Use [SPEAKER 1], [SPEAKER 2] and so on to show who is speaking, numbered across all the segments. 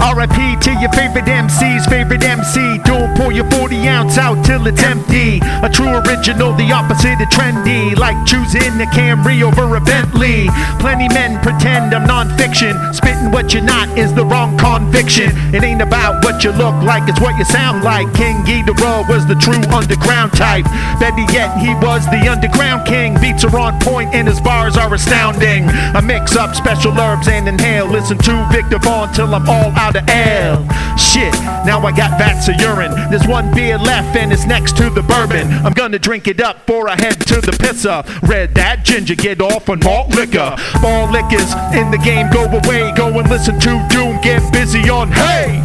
[SPEAKER 1] RIP to your favorite MC's favorite MC. Don't pour your 40 ounce out till it's empty. A true original, the opposite of trendy. Like choosing a Camry over a Bentley. Plenty men pretend I'm non-fiction. Spitting what you're not is the wrong conviction. It ain't about what you look like, it's what you sound like. King Ghidorah was the true underground type. Better yet, he was the underground king. Beats are on point and his bars are astounding. I mix up special herbs and inhale. Listen to Victor Vaughn till I'm all out of air. Shit, now I got vats of urine. There's one beer left and it's next to the bourbon. I'm gonna drink it up before I head to the pisser. Red that ginger, get off on malt liquor. All liquors in the game go away. Go and listen to Doom, get busy on Hey!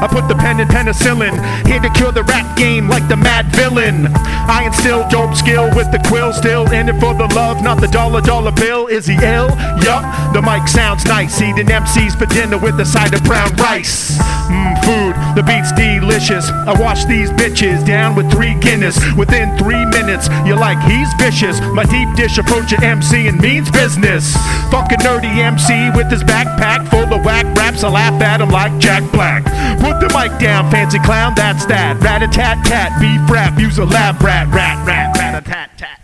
[SPEAKER 1] I put the pen in penicillin, here to cure the rap game like the mad villain. I instill dope skill with the quill, still in it for the love, not the dollar dollar bill. Is he ill? Yup, the mic sounds nice. Eating MCs for dinner with a side of brown rice. Mmm, food, the beat's delicious. I wash these bitches down with three Guinness. Within three minutes, you're like, he's vicious. My deep dish approach your MC and means business. Fucking nerdy MC with his backpack full of whack raps. I laugh at him like Jack Black. Put the mic down, fancy clown, that's that. Rat a tat tat, beef rap, use a lab rat, rat, rat, rat a tat tat.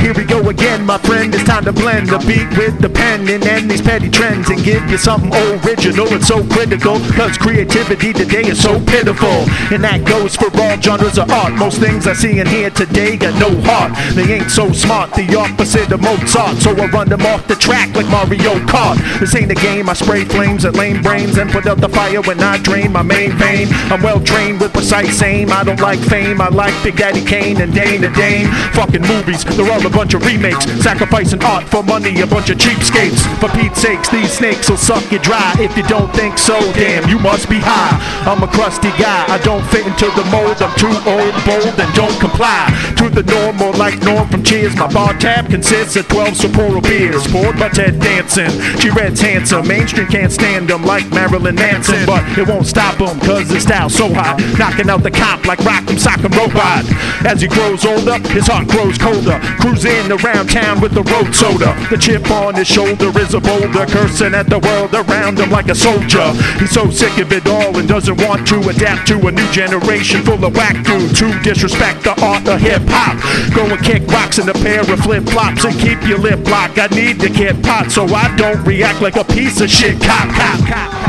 [SPEAKER 1] Here we go again, my friend. It's time to blend the beat with the pen and end these petty trends and give you something original. It's so critical, cause creativity today is so pitiful. And that goes for all genres of art. Most things I see in here today got no heart. They ain't so smart, the opposite of Mozart. So I run them off the track like Mario Kart. This ain't a game, I spray flames at lame brains and put out the fire when I drain my main vein. I'm well trained with precise aim. I don't like fame, I like Big Daddy Kane and Dane to Dane. Fucking movies, they're all a bunch of remakes. Sacrificing art for money, a bunch of cheapskates. For Pete's sakes, these snakes will suck you dry. If you don't think so, damn, you must be high. I'm a crusty guy, I don't fit into the mold. I'm too old, bold, and don't comply. To the normal, like Norm from Cheers, my bar tab consists of 12 Sapporo beers. Poured by Ted Danson. She reads handsome, mainstream can't stand them like Marilyn Manson. But it won't stop them, cause his style's so hot. Knocking out the cop like Rock'em Sock'em Robot. As he grows older, his heart grows colder. Cruising in around town with the road soda. The chip on his shoulder is a boulder, cursing at the world around him like a soldier. He's so sick of it all and doesn't want to adapt to a new generation full of whack dudes who disrespect the art of hip hop. Go and kick rocks in a pair of flip flops and keep your lip locked. I need to get pot so I don't react like a piece of shit cop, cop, cop, cop.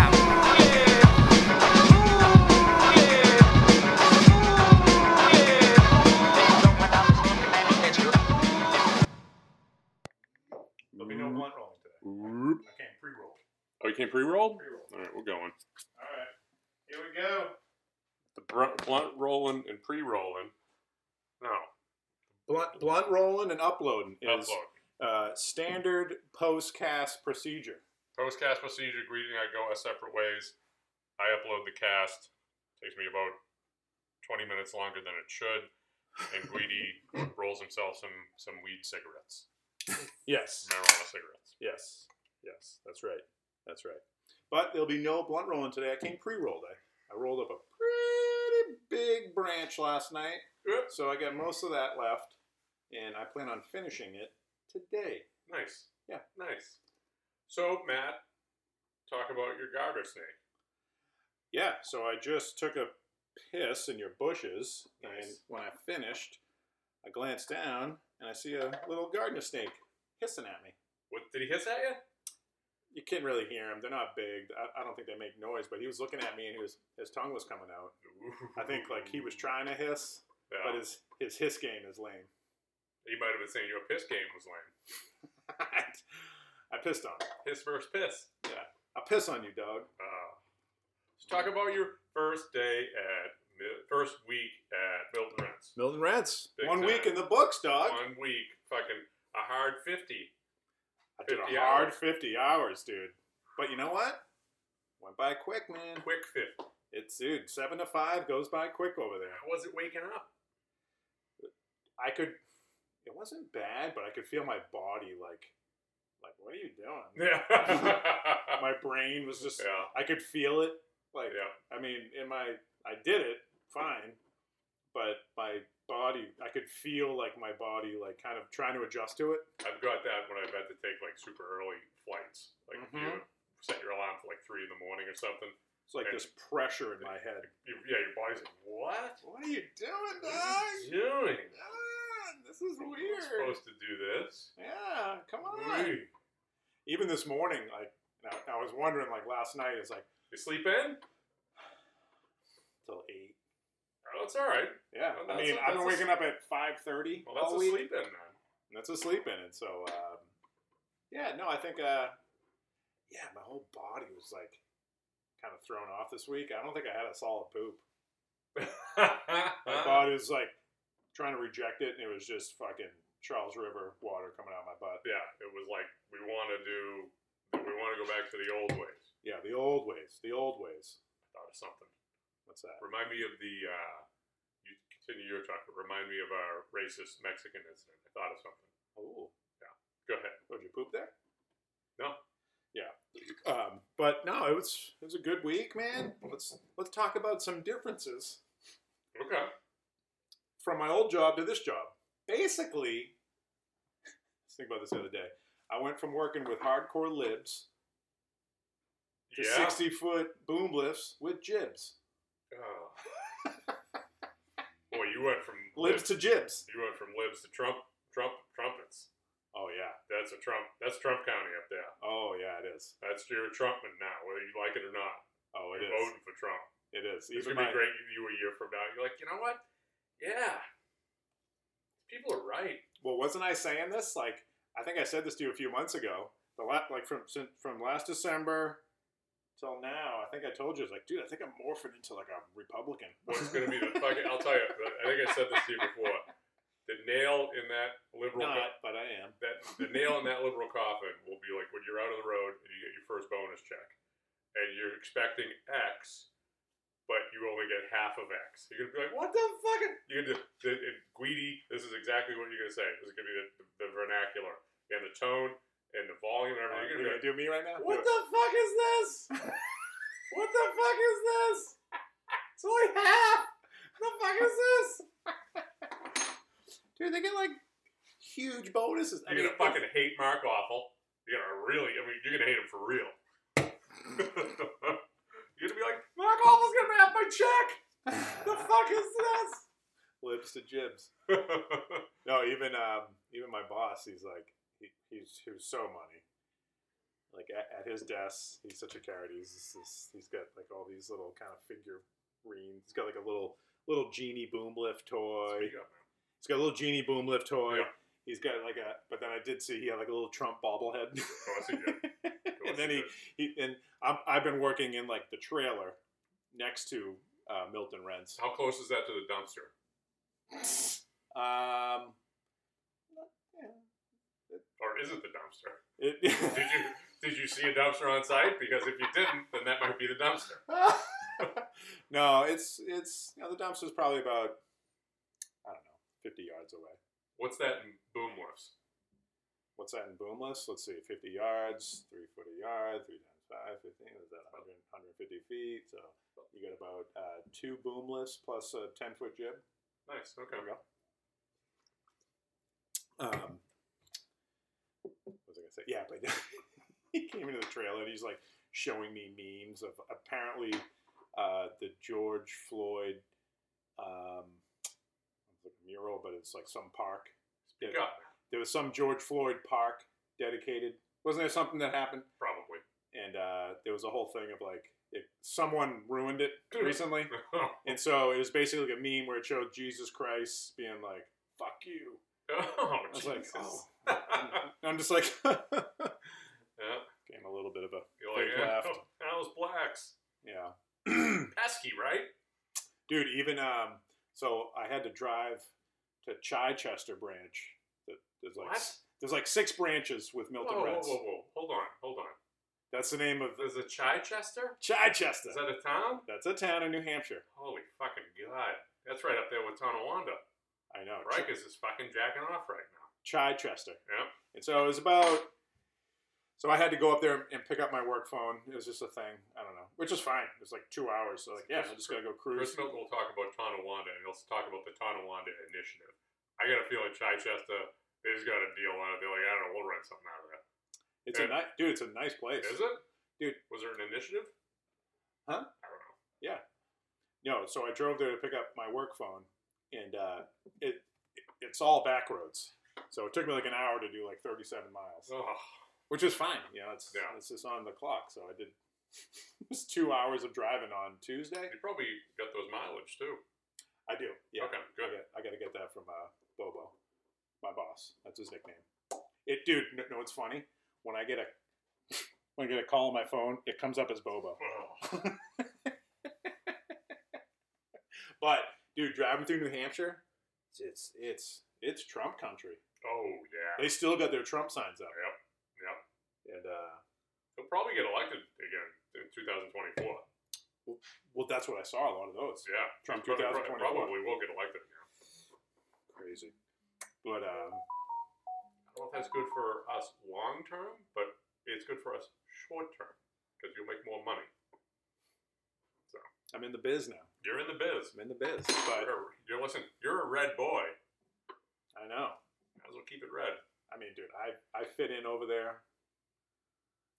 [SPEAKER 2] There'll be no blunt rolling today.
[SPEAKER 3] Roop.
[SPEAKER 2] I can't pre-roll.
[SPEAKER 3] Oh, you can't pre-roll?
[SPEAKER 2] Pre-roll.
[SPEAKER 3] All right, we're going.
[SPEAKER 2] All right. Here we go.
[SPEAKER 3] The br- blunt rolling and pre-rolling. No,
[SPEAKER 2] Blunt, blunt rolling and uploading is
[SPEAKER 3] upload.
[SPEAKER 2] uh, standard postcast procedure.
[SPEAKER 3] Postcast procedure greeting. I go our separate ways. I upload the cast. Takes me about 20 minutes longer than it should. And Greedy rolls himself some some weed cigarettes,
[SPEAKER 2] Yes.
[SPEAKER 3] marijuana cigarettes.
[SPEAKER 2] Yes. Yes. That's right. That's right. But there'll be no blunt rolling today. I came pre-rolled. I, I rolled up a pretty big branch last night.
[SPEAKER 3] Yep.
[SPEAKER 2] So I got most of that left. And I plan on finishing it today.
[SPEAKER 3] Nice.
[SPEAKER 2] Yeah.
[SPEAKER 3] Nice. So Matt, talk about your garter snake.
[SPEAKER 2] Yeah, so I just took a piss in your bushes, and
[SPEAKER 3] Nice.
[SPEAKER 2] when I finished, I glanced down and I see a little gardener snake hissing at me.
[SPEAKER 3] What did he hiss at you?
[SPEAKER 2] You can't really hear him; they're not big. I, I don't think they make noise, but he was looking at me, and he was, his tongue was coming out. I think like he was trying to hiss,
[SPEAKER 3] Yeah.
[SPEAKER 2] but his his hiss game is lame.
[SPEAKER 3] he might have been saying your piss game was lame.
[SPEAKER 2] I pissed on. him.
[SPEAKER 3] His first piss.
[SPEAKER 2] I piss on you, dog.
[SPEAKER 3] Uh, let's talk about your first day at Mi- first week at Milton Rents.
[SPEAKER 2] Milton Rents.
[SPEAKER 3] Big
[SPEAKER 2] One
[SPEAKER 3] time.
[SPEAKER 2] week in the books, dog.
[SPEAKER 3] One week, fucking a hard fifty.
[SPEAKER 2] I did
[SPEAKER 3] 50
[SPEAKER 2] a hard
[SPEAKER 3] hours.
[SPEAKER 2] 50 hours, dude. But you know what? Went by quick, man.
[SPEAKER 3] Quick fit.
[SPEAKER 2] It's dude, seven to five goes by quick over there.
[SPEAKER 3] How was it waking up?
[SPEAKER 2] I could, it wasn't bad, but I could feel my body like, Like, what are you doing?
[SPEAKER 3] Yeah. yeah.
[SPEAKER 2] My brain was just, I could feel it. Like,
[SPEAKER 3] Yeah.
[SPEAKER 2] I mean, in my, I did it fine, but my body, I could feel like my body, like kind of trying to adjust to it.
[SPEAKER 3] I've got that when I've had to take like super early flights. Like if you
[SPEAKER 2] Mhm.
[SPEAKER 3] set your alarm for like three in the morning or something.
[SPEAKER 2] It's like this pressure in my head.
[SPEAKER 3] You, yeah, your body's like, what?
[SPEAKER 2] What are you doing,
[SPEAKER 3] What are you doing?
[SPEAKER 2] Ah, this is
[SPEAKER 3] You're not supposed to do this.
[SPEAKER 2] Yeah, come
[SPEAKER 3] Ooh.
[SPEAKER 2] Even this morning, like and I, I was wondering, like last night, it's like
[SPEAKER 3] You sleep in?
[SPEAKER 2] till eight.
[SPEAKER 3] Oh, it's all right.
[SPEAKER 2] Yeah,
[SPEAKER 3] Well,
[SPEAKER 2] I
[SPEAKER 3] that's
[SPEAKER 2] mean,
[SPEAKER 3] a-
[SPEAKER 2] i I've been
[SPEAKER 3] that's a
[SPEAKER 2] waking up at five thirty
[SPEAKER 3] Well, that's
[SPEAKER 2] all
[SPEAKER 3] a
[SPEAKER 2] week.
[SPEAKER 3] sleep in then.
[SPEAKER 2] And that's a sleep in, and so um, yeah, no, I think uh, yeah, my whole body was like kind of thrown off this week. I don't think I had a solid poop. My
[SPEAKER 3] Uh-huh.
[SPEAKER 2] body was like trying to reject it, and it was just fucking Charles River water coming out of my butt.
[SPEAKER 3] yeah, it was like we want to do, we want to go back to the old ways.
[SPEAKER 2] Yeah, the old ways, the old ways.
[SPEAKER 3] Thought of something.
[SPEAKER 2] What's that?
[SPEAKER 3] Remind me of the. Uh, you continue your talk. But remind me of our racist Mexican incident. I thought of something.
[SPEAKER 2] Oh,
[SPEAKER 3] Go ahead.
[SPEAKER 2] would you poop there?
[SPEAKER 3] No.
[SPEAKER 2] Um, but no, it was it was a good week, man. Let's let's talk about some differences
[SPEAKER 3] Okay.
[SPEAKER 2] from my old job to this job. Basically, let's think about this the other day. I went from working with hardcore libs to
[SPEAKER 3] Yeah.
[SPEAKER 2] sixty foot boom lifts with jibs.
[SPEAKER 3] Oh. Boy, you went from
[SPEAKER 2] Libs to jibs.
[SPEAKER 3] you went from libs to Trump, Trump trumpets.
[SPEAKER 2] Oh yeah.
[SPEAKER 3] That's a Trump. That's Trump County up there.
[SPEAKER 2] Oh yeah, it is.
[SPEAKER 3] That's your Trumpman now, whether you like it or not.
[SPEAKER 2] Oh it
[SPEAKER 3] You're
[SPEAKER 2] is.
[SPEAKER 3] voting for Trump.
[SPEAKER 2] It is.
[SPEAKER 3] It's
[SPEAKER 2] Even my,
[SPEAKER 3] gonna be great. You, you a year from now, you're like, you know what? Yeah, people are right.
[SPEAKER 2] well, wasn't I saying this? Like I think I said this to you a few months ago. The la- like from since from last December till now, I think I told you. It's like, dude, I think I'm morphing into like a Republican.
[SPEAKER 3] What's gonna be the fucking? I'll tell you. I think I said this to you before. The nail in that liberal co-
[SPEAKER 2] Not, but I am.
[SPEAKER 3] that the nail in that liberal coffin will be like when you're out on the road and you get your first bonus check, and you're expecting X, but you only get half of X. You're gonna be like, what the fucking? You're gonna the, the, Guidi. This is exactly what you're gonna say. This is gonna be the, the, vernacular and the tone and the volume and everything.
[SPEAKER 2] You're
[SPEAKER 3] You're gonna be
[SPEAKER 2] gonna do me right now?
[SPEAKER 3] like, what
[SPEAKER 2] Do
[SPEAKER 3] the fuck is this? what the fuck is this? It's only half. What the fuck is this?
[SPEAKER 2] it. dude, they get like huge bonuses. I
[SPEAKER 3] You're
[SPEAKER 2] mean,
[SPEAKER 3] gonna fucking hate Mark Awful. You're gonna really, I mean, you're gonna hate him for real. you're gonna be like, Mark Awful's gonna have my check. The fuck is this?
[SPEAKER 2] lips to jibs. No, even um, even my boss, he's like, he, he's he was so money. Like at, at his desk, he's such a character. He's, just- he's he's got like all these little kind of figurines. He's got like a little little genie boom lift toy.
[SPEAKER 3] Speak up, man.
[SPEAKER 2] He's got a little genie boom lift toy.
[SPEAKER 3] Yeah.
[SPEAKER 2] He's got like a, but then I did see he had like a little Trump bobblehead.
[SPEAKER 3] Of course he did. Of course
[SPEAKER 2] and then he, he and I'm, I've been working in like the trailer next to uh, Milton Rents.
[SPEAKER 3] How close is that to the dumpster?
[SPEAKER 2] Um,
[SPEAKER 3] Or is it the dumpster?
[SPEAKER 2] it,
[SPEAKER 3] Did you did you see a dumpster on site? Because if you didn't, then that might be the dumpster.
[SPEAKER 2] no, it's it's you know, the dumpster's probably about I don't know, fifty yards away.
[SPEAKER 3] What's that in boom lifts?
[SPEAKER 2] What's that in boomless? Let's see, fifty yards, three foot a yard, three times five, fifteen. Is that 100, 150 feet? So you got about uh, two boomless plus a ten foot jib.
[SPEAKER 3] Nice. Okay.
[SPEAKER 2] There we go. Um, what was I gonna say? Yeah, but he came into the trailer and he's like showing me memes of apparently uh, the George Floyd um, it's like a mural, but it's like some park.
[SPEAKER 3] Speak up.
[SPEAKER 2] There was some George Floyd park dedicated. Wasn't there something that happened?
[SPEAKER 3] Probably.
[SPEAKER 2] And uh, there was a whole thing of like it, someone ruined it recently.
[SPEAKER 3] oh,
[SPEAKER 2] And so it was basically like a meme where it showed Jesus Christ being like, fuck you. I was
[SPEAKER 3] Jesus.
[SPEAKER 2] like, oh. And I'm just like, came
[SPEAKER 3] yeah.
[SPEAKER 2] a little bit of a,
[SPEAKER 3] You're like,
[SPEAKER 2] Fake
[SPEAKER 3] yeah,
[SPEAKER 2] left.
[SPEAKER 3] oh, those blacks.
[SPEAKER 2] yeah.
[SPEAKER 3] Pesky, right?
[SPEAKER 2] Dude, even, um, so I had to drive to Chichester branch. That- There's like,
[SPEAKER 3] What?
[SPEAKER 2] there's like six branches with Milton
[SPEAKER 3] whoa, whoa,
[SPEAKER 2] Reds.
[SPEAKER 3] whow, whoa. Hold on, hold on.
[SPEAKER 2] That's the name of
[SPEAKER 3] There's a Chichester?
[SPEAKER 2] Chichester.
[SPEAKER 3] Is that a town?
[SPEAKER 2] That's a town in New Hampshire.
[SPEAKER 3] Holy fucking god. That's right up there with Tonawanda.
[SPEAKER 2] I know. Ch-
[SPEAKER 3] Rikers is fucking jacking off right now.
[SPEAKER 2] Chichester.
[SPEAKER 3] Yep.
[SPEAKER 2] And so it was about So I had to go up there and pick up my work phone. It was just a thing. I don't know, which is fine. It was like two hours. So like, yeah, I'm just gonna go cruise.
[SPEAKER 3] Chris Milton will talk about Tonawanda and he'll talk about the Tonawanda initiative. I got a feeling Chichester, they just got a deal on it. They're like, I don't know, we'll rent something out of that.
[SPEAKER 2] It's a nice, dude. It's a nice place.
[SPEAKER 3] Is it?
[SPEAKER 2] Dude.
[SPEAKER 3] Was there an initiative?
[SPEAKER 2] Huh?
[SPEAKER 3] I don't know.
[SPEAKER 2] No, so I drove there to pick up my work phone, and uh, it it's all back roads. So it took me like an hour to do like 37 miles,
[SPEAKER 3] Oh,
[SPEAKER 2] which is fine. You know, it's
[SPEAKER 3] Yeah.
[SPEAKER 2] it's just on the clock. So I did it was two hours of driving on Tuesday.
[SPEAKER 3] you probably got those mileage too.
[SPEAKER 2] I do. Yeah.
[SPEAKER 3] Okay,
[SPEAKER 2] I
[SPEAKER 3] good.
[SPEAKER 2] got, I got to get that from uh, Bobo, my boss. That's his nickname. It, dude. No, no, it's funny when I get a when I get a call on my phone, it comes up as Bobo.
[SPEAKER 3] Oh,
[SPEAKER 2] But dude, driving through New Hampshire, it's it's it's Trump country.
[SPEAKER 3] oh, yeah.
[SPEAKER 2] They still got their Trump signs up,
[SPEAKER 3] Yep, yep.
[SPEAKER 2] and uh,
[SPEAKER 3] He'll probably get elected again in 2024.
[SPEAKER 2] well, that's what I saw. A lot of those.
[SPEAKER 3] Yeah.
[SPEAKER 2] Trump
[SPEAKER 3] He probably-
[SPEAKER 2] 2024.
[SPEAKER 3] Probably will get elected again.
[SPEAKER 2] Crazy. But um,
[SPEAKER 3] I don't know if that's good for us long term, but it's good for us short term because you'll make more money.
[SPEAKER 2] I'm in the biz now.
[SPEAKER 3] You're in the biz.
[SPEAKER 2] I'm in the biz. But
[SPEAKER 3] You're, you're listen. You're a red boy.
[SPEAKER 2] I know.
[SPEAKER 3] Might as well keep it red.
[SPEAKER 2] I mean, dude, I I fit in over there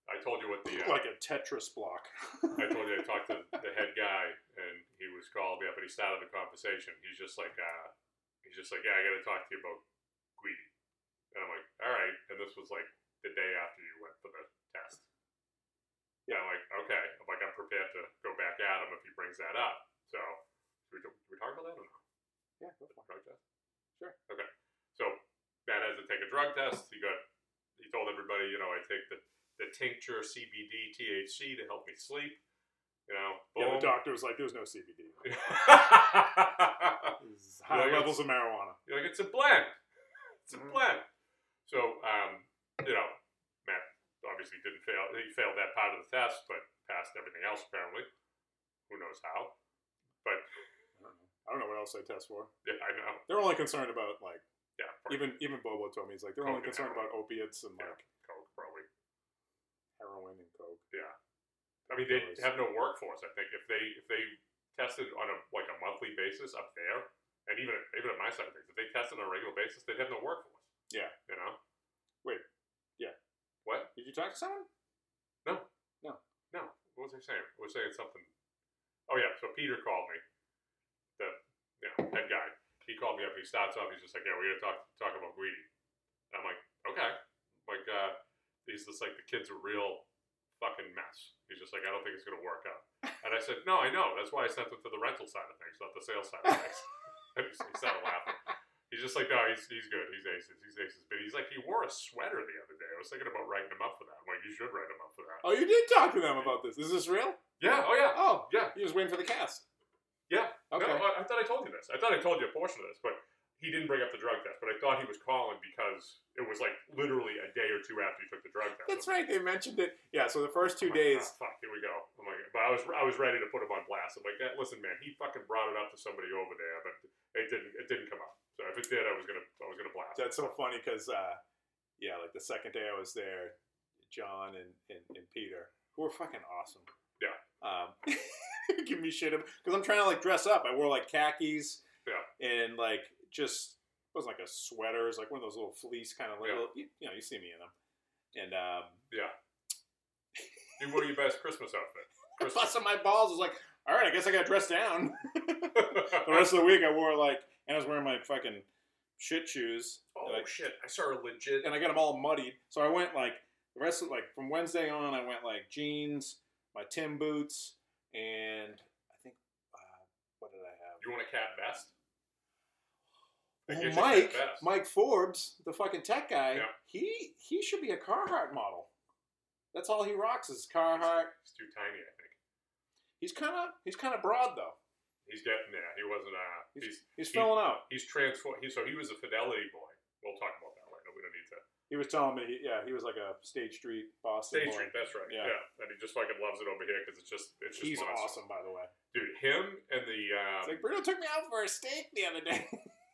[SPEAKER 3] I told you what the uh,
[SPEAKER 2] like a Tetris block.
[SPEAKER 3] I told you I talked to the head guy, and he was called me up, and he started the conversation. He's just like, uh, he's just like, yeah, I got to talk to you about Guidi. And I'm like, all right. And this was like the day after you went for the test. Yeah, I'm like, okay. I'm like, I'm prepared to go back at him if he brings that up. So, should we, do we talk about that or no?
[SPEAKER 2] yeah, go for it.
[SPEAKER 3] Drug test?
[SPEAKER 2] Sure.
[SPEAKER 3] Okay. So, Matt has to take a drug test. He got, he told everybody, you know, I take the, the tincture CBD THC to help me sleep. You know,
[SPEAKER 2] yeah.
[SPEAKER 3] boom.
[SPEAKER 2] The doctor was like, "There's no CBD.
[SPEAKER 3] You're
[SPEAKER 2] It's High
[SPEAKER 3] Yeah,
[SPEAKER 2] levels of marijuana."
[SPEAKER 3] like, it's a blend. It's a
[SPEAKER 2] Mhm.
[SPEAKER 3] blend. So, um, you know, Matt obviously didn't fail. He failed that part of the test, but passed everything else apparently. Who knows how? But
[SPEAKER 2] I don't know. I don't know what else they test for.
[SPEAKER 3] yeah, I know.
[SPEAKER 2] They're only concerned about like
[SPEAKER 3] Yeah, probably
[SPEAKER 2] even even Bobo told me he's like they're only
[SPEAKER 3] Coke and
[SPEAKER 2] concerned about opiates and like
[SPEAKER 3] coke, probably.
[SPEAKER 2] heroin and coke.
[SPEAKER 3] I mean, they
[SPEAKER 2] Always.
[SPEAKER 3] have no workforce. I think if they if they tested on a like a monthly basis up there, and even even on my side of things, if they tested on a regular basis, they'd have no workforce.
[SPEAKER 2] Yeah.
[SPEAKER 3] You know.
[SPEAKER 2] Wait. Yeah.
[SPEAKER 3] What?
[SPEAKER 2] Did you talk to someone?
[SPEAKER 3] No.
[SPEAKER 2] No.
[SPEAKER 3] No. What was I saying? I was saying something. Oh yeah. So Peter called me, the you know, head guy. He called me up. He starts off. He's just like, yeah, we're gonna talk talk about greedy. And I'm like, okay. Like, uh, he's just like the kid's a real fucking mess. He's just like, I don't think it's gonna work out. And I said, no, I know. That's why I sent them to the rental side of things, not the sales side of things. And he started laughing. He's just like, no, he's, he's good. He's aces. He's aces. But he's like, he wore a sweater the other day. I was thinking about writing him up for that. I'm like, you should write him up for that.
[SPEAKER 2] Oh, you did talk to them about this. Is this real?
[SPEAKER 3] Yeah. Oh, yeah.
[SPEAKER 2] Oh,
[SPEAKER 3] Yeah.
[SPEAKER 2] He was waiting for the cast.
[SPEAKER 3] Yeah.
[SPEAKER 2] Okay.
[SPEAKER 3] No, I, I thought I told you this. I thought I told you a portion of this, but he didn't bring up the drug test. But I thought he was calling because it was like literally a day or two after you took the drug test.
[SPEAKER 2] That's
[SPEAKER 3] I'm
[SPEAKER 2] right. They mentioned it. Yeah. So the first two
[SPEAKER 3] like,
[SPEAKER 2] days,
[SPEAKER 3] "Ah, fuck. Here we go. I'm like, but I was I was ready to put him on blast. I'm like, "Eh, listen, man, he fucking brought it up to somebody over there, but it didn't it didn't come up. So if it did, I was gonna I was gonna blast.
[SPEAKER 2] that's so funny because, uh, yeah, like the second day I was there, John and, and, and Peter, who were fucking awesome.
[SPEAKER 3] Yeah.
[SPEAKER 2] Um, give me shit because I'm trying to like dress up. I wore like khakis.
[SPEAKER 3] Yeah.
[SPEAKER 2] And like just it wasn't like a sweater. It was like one of those little fleece kind of like
[SPEAKER 3] Yeah.
[SPEAKER 2] little, you, you know you see me in them. And um,
[SPEAKER 3] Yeah. You wore your best Christmas outfit. Christmas.
[SPEAKER 2] busting my balls was like, all right, I guess I got dressed down. the
[SPEAKER 3] oh
[SPEAKER 2] rest of the week I wore like, and I was wearing my fucking shit shoes,
[SPEAKER 3] Oh,
[SPEAKER 2] and, I,
[SPEAKER 3] shit! I saw a legit.
[SPEAKER 2] and I got them all muddied. So I went like the rest of like from Wednesday on, I went like jeans, my Tim boots, and I think uh, what did I have?
[SPEAKER 3] You want a cat vest? They
[SPEAKER 2] Well,
[SPEAKER 3] get you cat
[SPEAKER 2] Oh, Mike,
[SPEAKER 3] vests.
[SPEAKER 2] Mike Forbes, the fucking tech guy,
[SPEAKER 3] Yeah.
[SPEAKER 2] he he should be a Carhartt model. That's all he rocks is Carhartt.
[SPEAKER 3] It's too tiny, I think.
[SPEAKER 2] He's kind of he's kind of broad though.
[SPEAKER 3] He's getting there. He wasn't. Uh, he's
[SPEAKER 2] He's
[SPEAKER 3] He-
[SPEAKER 2] filling out.
[SPEAKER 3] he's transformed. He, so he was a fidelity boy. We'll talk about that later. We don't need to.
[SPEAKER 2] He was telling me, yeah, he was like a Stage Street Boston.
[SPEAKER 3] Stage
[SPEAKER 2] boy.
[SPEAKER 3] Street. That's right.
[SPEAKER 2] Yeah.
[SPEAKER 3] Yeah. and he just fucking loves it over here because it's just it's just
[SPEAKER 2] He's
[SPEAKER 3] monster.
[SPEAKER 2] awesome, by the way.
[SPEAKER 3] dude. Him and the um,
[SPEAKER 2] It's like Bruno took me out for a steak the other day,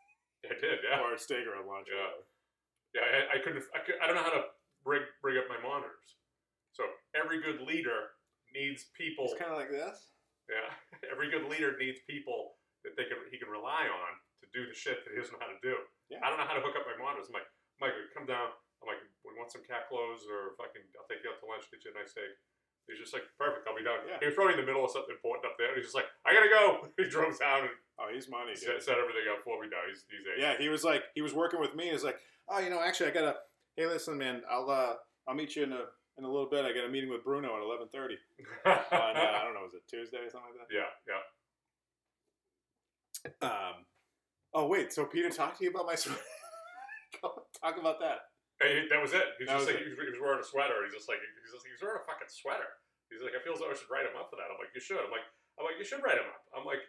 [SPEAKER 3] I did. Yeah,
[SPEAKER 2] or a steak or a lunch.
[SPEAKER 3] Yeah. yeah. I, I couldn't. I, could, I don't know how to rig rig up my monitors. So every good leader needs people.
[SPEAKER 2] It's kind of like this.
[SPEAKER 3] Yeah, every good leader needs people that they can he can rely on to do the shit that he doesn't know how to do.
[SPEAKER 2] Yeah.
[SPEAKER 3] I don't know how to hook up my monitors. I'm like, Mike, come down. I'm like, we want some cat clothes or fucking, I'll take you out to lunch, get you a nice steak. He's just like, perfect, I'll be down.
[SPEAKER 2] Yeah.
[SPEAKER 3] He was probably in the middle of something important up there. He's just like, I gotta go. He drove down and
[SPEAKER 2] Oh, he's money. dude.
[SPEAKER 3] set, set everything up for me now. He's, he's a
[SPEAKER 2] Yeah, he was like, he was working with me. He's like, oh, you know, actually, I gotta. Hey, listen, man, I'll uh, I'll meet you in a in a little bit. I got a meeting with Bruno at eleven thirty. On uh, I don't know, is it Tuesday or something like
[SPEAKER 3] yeah, yeah.
[SPEAKER 2] that? Um, oh wait, so Peter talked to you about my sweater. Talk about that.
[SPEAKER 3] And he- that was it. He's
[SPEAKER 2] That
[SPEAKER 3] just
[SPEAKER 2] was
[SPEAKER 3] like, he was, he was wearing a sweater. He's just like, he's just, he's wearing a fucking sweater. He's like, I feel as though I should write him up for that. I'm like, you should. I'm like, I'm like, you should write him up. I'm like,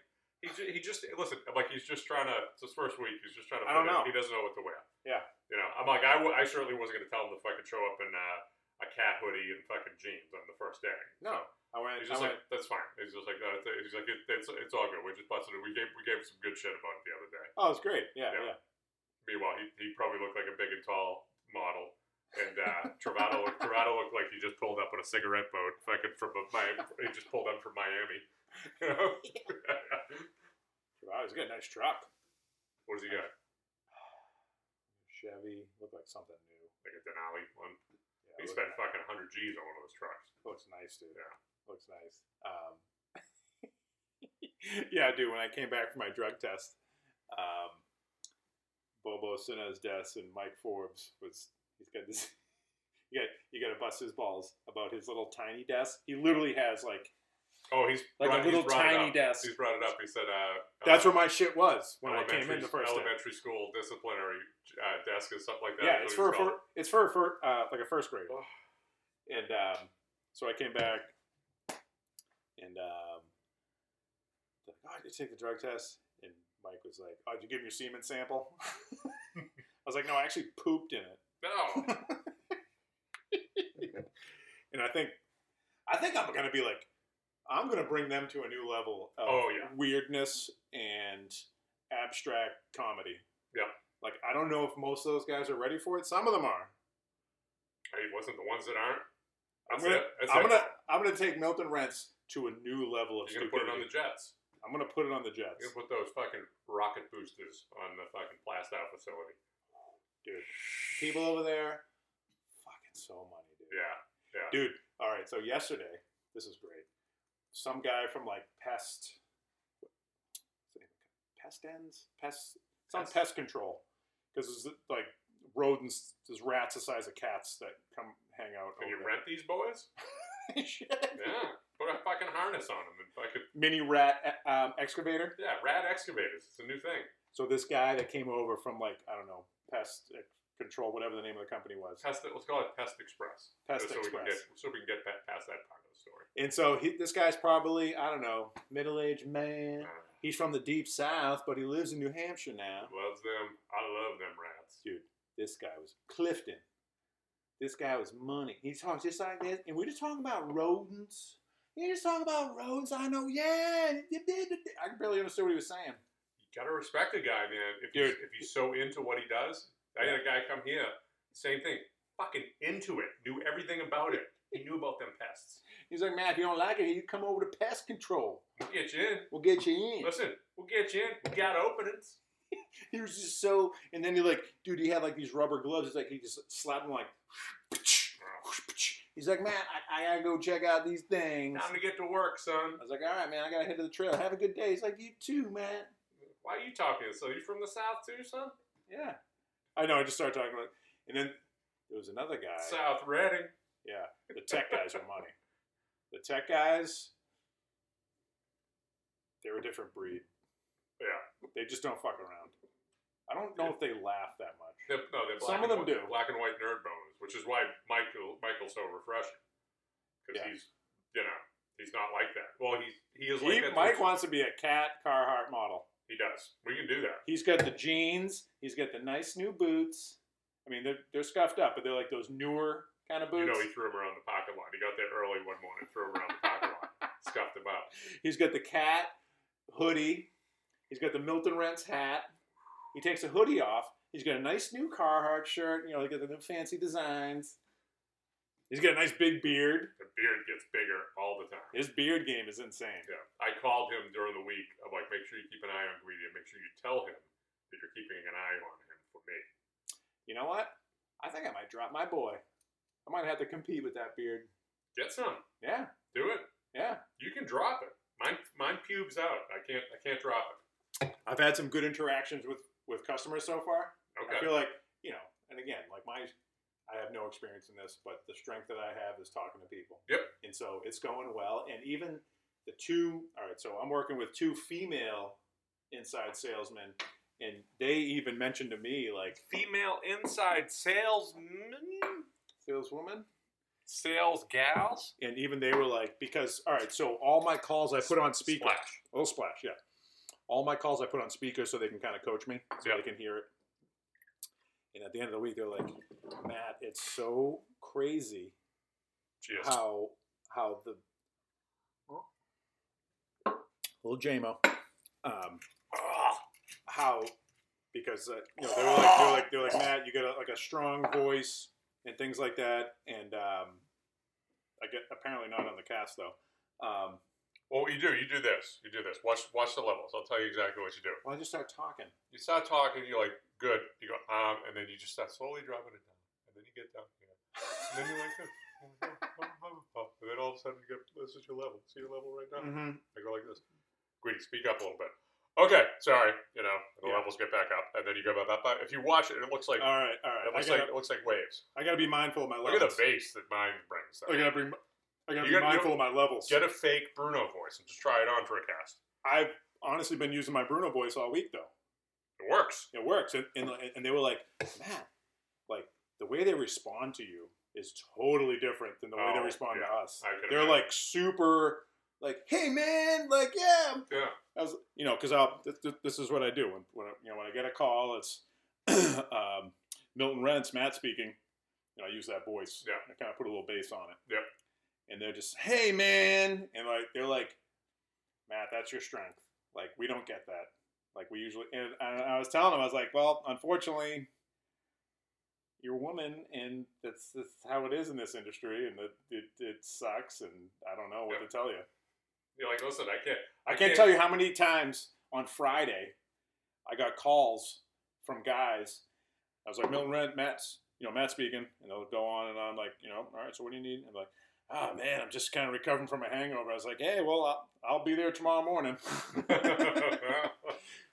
[SPEAKER 3] he, ju- he just listen. I'm like, he's just trying to. It's his first week. He's just trying to.
[SPEAKER 2] I don't
[SPEAKER 3] fit in.
[SPEAKER 2] know.
[SPEAKER 3] He doesn't know what to wear.
[SPEAKER 2] Yeah.
[SPEAKER 3] You know, I'm like, I, w- I certainly wasn't going to tell him to fucking show up in uh, a cat hoodie and fucking jeans on the first day.
[SPEAKER 2] No.
[SPEAKER 3] So,
[SPEAKER 2] I went.
[SPEAKER 3] He's
[SPEAKER 2] I
[SPEAKER 3] just
[SPEAKER 2] went
[SPEAKER 3] like, that's fine. He's just like, uh, it's- he's like, it, it's it's all good. We just busted it. We gave we gave some good shit about it the other day.
[SPEAKER 2] oh, it's great. Yeah,
[SPEAKER 3] Yeah.
[SPEAKER 2] yeah.
[SPEAKER 3] Meanwhile, he, he probably looked like a big and tall model, and uh, Travato looked, Travato looked like he just pulled up on a cigarette boat, fucking from a, my, he just pulled up from Miami. You know?
[SPEAKER 2] Wow, he's got a nice truck.
[SPEAKER 3] what does he got?
[SPEAKER 2] Chevy, looked like something new.
[SPEAKER 3] Like a Denali one.
[SPEAKER 2] Yeah,
[SPEAKER 3] He
[SPEAKER 2] looked nice.
[SPEAKER 3] spent fucking 100 G's on one of those trucks.
[SPEAKER 2] Looks nice, dude.
[SPEAKER 3] Yeah.
[SPEAKER 2] Looks nice. Um, yeah, dude. When I came back from my drug test, um, Bobo Sina's desk and Mike Forbes was. He's got this. You got you got to bust his balls about his little tiny desk. He literally has like
[SPEAKER 3] Oh, he's
[SPEAKER 2] like
[SPEAKER 3] brought-
[SPEAKER 2] a little
[SPEAKER 3] he's brought it
[SPEAKER 2] tiny
[SPEAKER 3] up.
[SPEAKER 2] desk.
[SPEAKER 3] He's brought it up. He said, uh,
[SPEAKER 2] That's
[SPEAKER 3] uh,
[SPEAKER 2] where my shit was when I
[SPEAKER 3] elementary,
[SPEAKER 2] came in the first day.
[SPEAKER 3] elementary school disciplinary uh, desk and stuff like that.
[SPEAKER 2] Yeah,
[SPEAKER 3] That's
[SPEAKER 2] it's for,
[SPEAKER 3] what he's
[SPEAKER 2] for
[SPEAKER 3] called.
[SPEAKER 2] it's for, for uh, like a first grade,
[SPEAKER 3] Oh.
[SPEAKER 2] and um, so I came back, and um, they're like, oh, did you take the drug test? And Mike was like, oh, did you give him your semen sample? I was like, no, I actually pooped in it,
[SPEAKER 3] no.
[SPEAKER 2] and I think, I think I'm gonna be like, I'm gonna bring them to a new level of
[SPEAKER 3] Oh, yeah.
[SPEAKER 2] weirdness and abstract comedy.
[SPEAKER 3] Yeah.
[SPEAKER 2] like I don't know if most of those guys are ready for it. Some of them are.
[SPEAKER 3] Hey, it wasn't the ones that aren't.
[SPEAKER 2] I'm
[SPEAKER 3] That's
[SPEAKER 2] gonna-
[SPEAKER 3] it. That's
[SPEAKER 2] I'm
[SPEAKER 3] it.
[SPEAKER 2] gonna I'm gonna take Milton Rents to a new level of
[SPEAKER 3] You're gonna put it on the
[SPEAKER 2] stupidity.
[SPEAKER 3] Jets.
[SPEAKER 2] I'm gonna put it on the Jets,
[SPEAKER 3] You're gonna put those fucking rocket boosters on the fucking plastow facility.
[SPEAKER 2] dude. People over there, fucking so money, dude.
[SPEAKER 3] Yeah.
[SPEAKER 2] Dude, all right. So yesterday, this is great. Some guy from like pest, pest ends, pest, it's not pest
[SPEAKER 3] Pest.
[SPEAKER 2] control, because it's like rodents, there's rats the size of cats that come hang out.
[SPEAKER 3] Can you
[SPEAKER 2] over
[SPEAKER 3] rent these boys?
[SPEAKER 2] there. Shit.
[SPEAKER 3] Yeah. Put a fucking harness on them and fucking
[SPEAKER 2] Mini rat uh, um, excavator.
[SPEAKER 3] yeah, rat excavators. It's a new thing.
[SPEAKER 2] So this guy that came over from like I don't know pest e, control, whatever the name of the company was,
[SPEAKER 3] Test. Let's call it Pest Express.
[SPEAKER 2] Pest
[SPEAKER 3] so We can
[SPEAKER 2] Express.
[SPEAKER 3] get, so we can get pa- past that part of the story.
[SPEAKER 2] and so he, this guy's probably I don't know middle aged man.
[SPEAKER 3] Uh,
[SPEAKER 2] He's from the deep south, but he lives in New Hampshire now.
[SPEAKER 3] loves them. I love them rats.
[SPEAKER 2] Dude, this guy was Clifton. This guy was money. He talks just like this, and we're just talking about rodents. You just talking about rodents. I know, yeah. I can barely understand what he was saying.
[SPEAKER 3] You gotta respect a guy, man. If
[SPEAKER 2] Dude.
[SPEAKER 3] he's, if he's so into what he does, I had a guy come here. Same thing. Fucking into it. Knew everything about it. He knew about them pests.
[SPEAKER 2] He's like, man, if you don't like it, you come over to pest control.
[SPEAKER 3] We'll get you in.
[SPEAKER 2] We'll get you in.
[SPEAKER 3] Listen, we'll get you in. We got openings.
[SPEAKER 2] He was just so, and then he like, dude, he had like these rubber gloves. It's like he just slapped them like. He's like, man, I, I gotta go check out these things.
[SPEAKER 3] Time to get to work, son.
[SPEAKER 2] I was like, all right, man, I gotta head to the trail. Have a good day. He's like, you too, man.
[SPEAKER 3] Why are you talking? So you from the south too, son?
[SPEAKER 2] Yeah. I know. I just started talking about, and then there was another guy.
[SPEAKER 3] South Reading.
[SPEAKER 2] yeah, the tech guys are money. The tech guys, they're a different breed.
[SPEAKER 3] Yeah.
[SPEAKER 2] They just don't fuck around. I don't know if they laugh that much.
[SPEAKER 3] They're, no, they're black
[SPEAKER 2] Some of
[SPEAKER 3] and
[SPEAKER 2] them
[SPEAKER 3] white,
[SPEAKER 2] do.
[SPEAKER 3] Black and white nerd bones, which is why Michael Michael's so refreshing because
[SPEAKER 2] Yeah.
[SPEAKER 3] he's you know he's not like that. Well, he's he is like
[SPEAKER 2] He,
[SPEAKER 3] that.
[SPEAKER 2] Mike
[SPEAKER 3] too.
[SPEAKER 2] wants to be a cat Carhartt model.
[SPEAKER 3] he does. We can do that.
[SPEAKER 2] He's got the jeans. He's got the nice new boots. I mean, they're they're scuffed up, but they're like those newer kind of boots.
[SPEAKER 3] You know, he threw him around the pocket lot. He got there early one morning, threw him around the pocket lot, scuffed him up.
[SPEAKER 2] He's got the cat hoodie. He's got the Milton Rents hat. He takes a hoodie off. He's got a nice new Carhartt shirt. You know, he got the new fancy designs. He's got a nice big beard.
[SPEAKER 3] The beard gets bigger all the time.
[SPEAKER 2] His beard game is insane.
[SPEAKER 3] Yeah. I called him during the week. I'm like, make sure you keep an eye on Greedy and make sure you tell him that you're keeping an eye on him for me.
[SPEAKER 2] You know what? I think I might drop my boy. I might have to compete with that beard.
[SPEAKER 3] Get some.
[SPEAKER 2] Yeah,
[SPEAKER 3] Do it.
[SPEAKER 2] yeah.
[SPEAKER 3] You can drop it. Mine, mine pubes out. I can't. I can't drop it.
[SPEAKER 2] I've had some good interactions with with customers so far.
[SPEAKER 3] Okay.
[SPEAKER 2] I feel like you know, and again, like my, I have no experience in this, but the strength that I have is talking to people.
[SPEAKER 3] Yep.
[SPEAKER 2] And so it's going well, and even the two. All right, so I'm working with two female inside salesmen, and they even mentioned to me like
[SPEAKER 3] Female inside salesman,
[SPEAKER 2] saleswoman,
[SPEAKER 3] sales gals.
[SPEAKER 2] and even they were like because all right, so all my calls I put on speaker.
[SPEAKER 3] Splash.
[SPEAKER 2] Oh, splash, yeah. All my calls I put on speaker so they can kind of coach me, so
[SPEAKER 3] Yeah.
[SPEAKER 2] they can hear it. And at the end of the week, they're like, "Matt, it's so crazy
[SPEAKER 3] Cheers.
[SPEAKER 2] how how the little Jamo, um, how because uh, you know they were like they're like they're like Matt, you got a, like a strong voice and things like that, and um, I get apparently not on the cast though. Um,
[SPEAKER 3] Well, you do. You do this. You do this. Watch. Watch the levels. I'll tell you exactly what you do.
[SPEAKER 2] well, I just start talking.
[SPEAKER 3] You start talking. You're like, good. You go, um, and then you just start slowly dropping it down, and then you get down here, and then you're like this. And then all of a sudden you get this is your level. See your level right now.
[SPEAKER 2] Mm-hmm.
[SPEAKER 3] I go like this. Greedy, speak up a little bit. Okay, sorry. You know, the
[SPEAKER 2] Yeah.
[SPEAKER 3] levels get back up, and then you go blah, blah, blah. If you watch it, it looks like
[SPEAKER 2] All right, all
[SPEAKER 3] it
[SPEAKER 2] right. I
[SPEAKER 3] looks
[SPEAKER 2] gotta,
[SPEAKER 3] like it looks like waves.
[SPEAKER 2] I gotta be mindful of my
[SPEAKER 3] Look at
[SPEAKER 2] levels.
[SPEAKER 3] the bass that mine brings. Though.
[SPEAKER 2] I gotta bring. I gotta
[SPEAKER 3] You
[SPEAKER 2] be
[SPEAKER 3] gotta- you
[SPEAKER 2] mindful of my levels.
[SPEAKER 3] Get a fake Bruno voice and just try it on for a cast.
[SPEAKER 2] I've honestly been using my Bruno voice all week though.
[SPEAKER 3] It works.
[SPEAKER 2] It works, and and, and they were like, Matt, like the way they respond to you is totally different than the way they
[SPEAKER 3] Oh,
[SPEAKER 2] respond to
[SPEAKER 3] yeah.
[SPEAKER 2] us.
[SPEAKER 3] I could
[SPEAKER 2] They're
[SPEAKER 3] imagine.
[SPEAKER 2] like super, like, hey man, like yeah, I'm
[SPEAKER 3] Yeah.
[SPEAKER 2] I was, you know, because I'll th- th- this is what I do when, when I, you know when I get a call, it's um, Milton Rents, Matt speaking. You know, I use that voice.
[SPEAKER 3] Yeah.
[SPEAKER 2] I kind of put a little bass on it.
[SPEAKER 3] Yep.
[SPEAKER 2] And they're just, hey man, and like they're like, Matt, that's your strength. Like we don't get that. Like we usually, and I, I was telling him, I was like, well, unfortunately, you're a woman, and that's, that's how it is in this industry, and it, it, it sucks, and I don't know what
[SPEAKER 3] Yeah.
[SPEAKER 2] to tell you.
[SPEAKER 3] You're like, listen, I can't.
[SPEAKER 2] I can't tell you how many times on Friday I got calls from guys. I was like, Milton Rent, Matt's, you know, Matt speaking, and they'll go on and on, like, you know, all right, so what do you need? And like, oh man, I'm just kind of recovering from a hangover. I was like, hey, well, I'll, I'll be there tomorrow morning.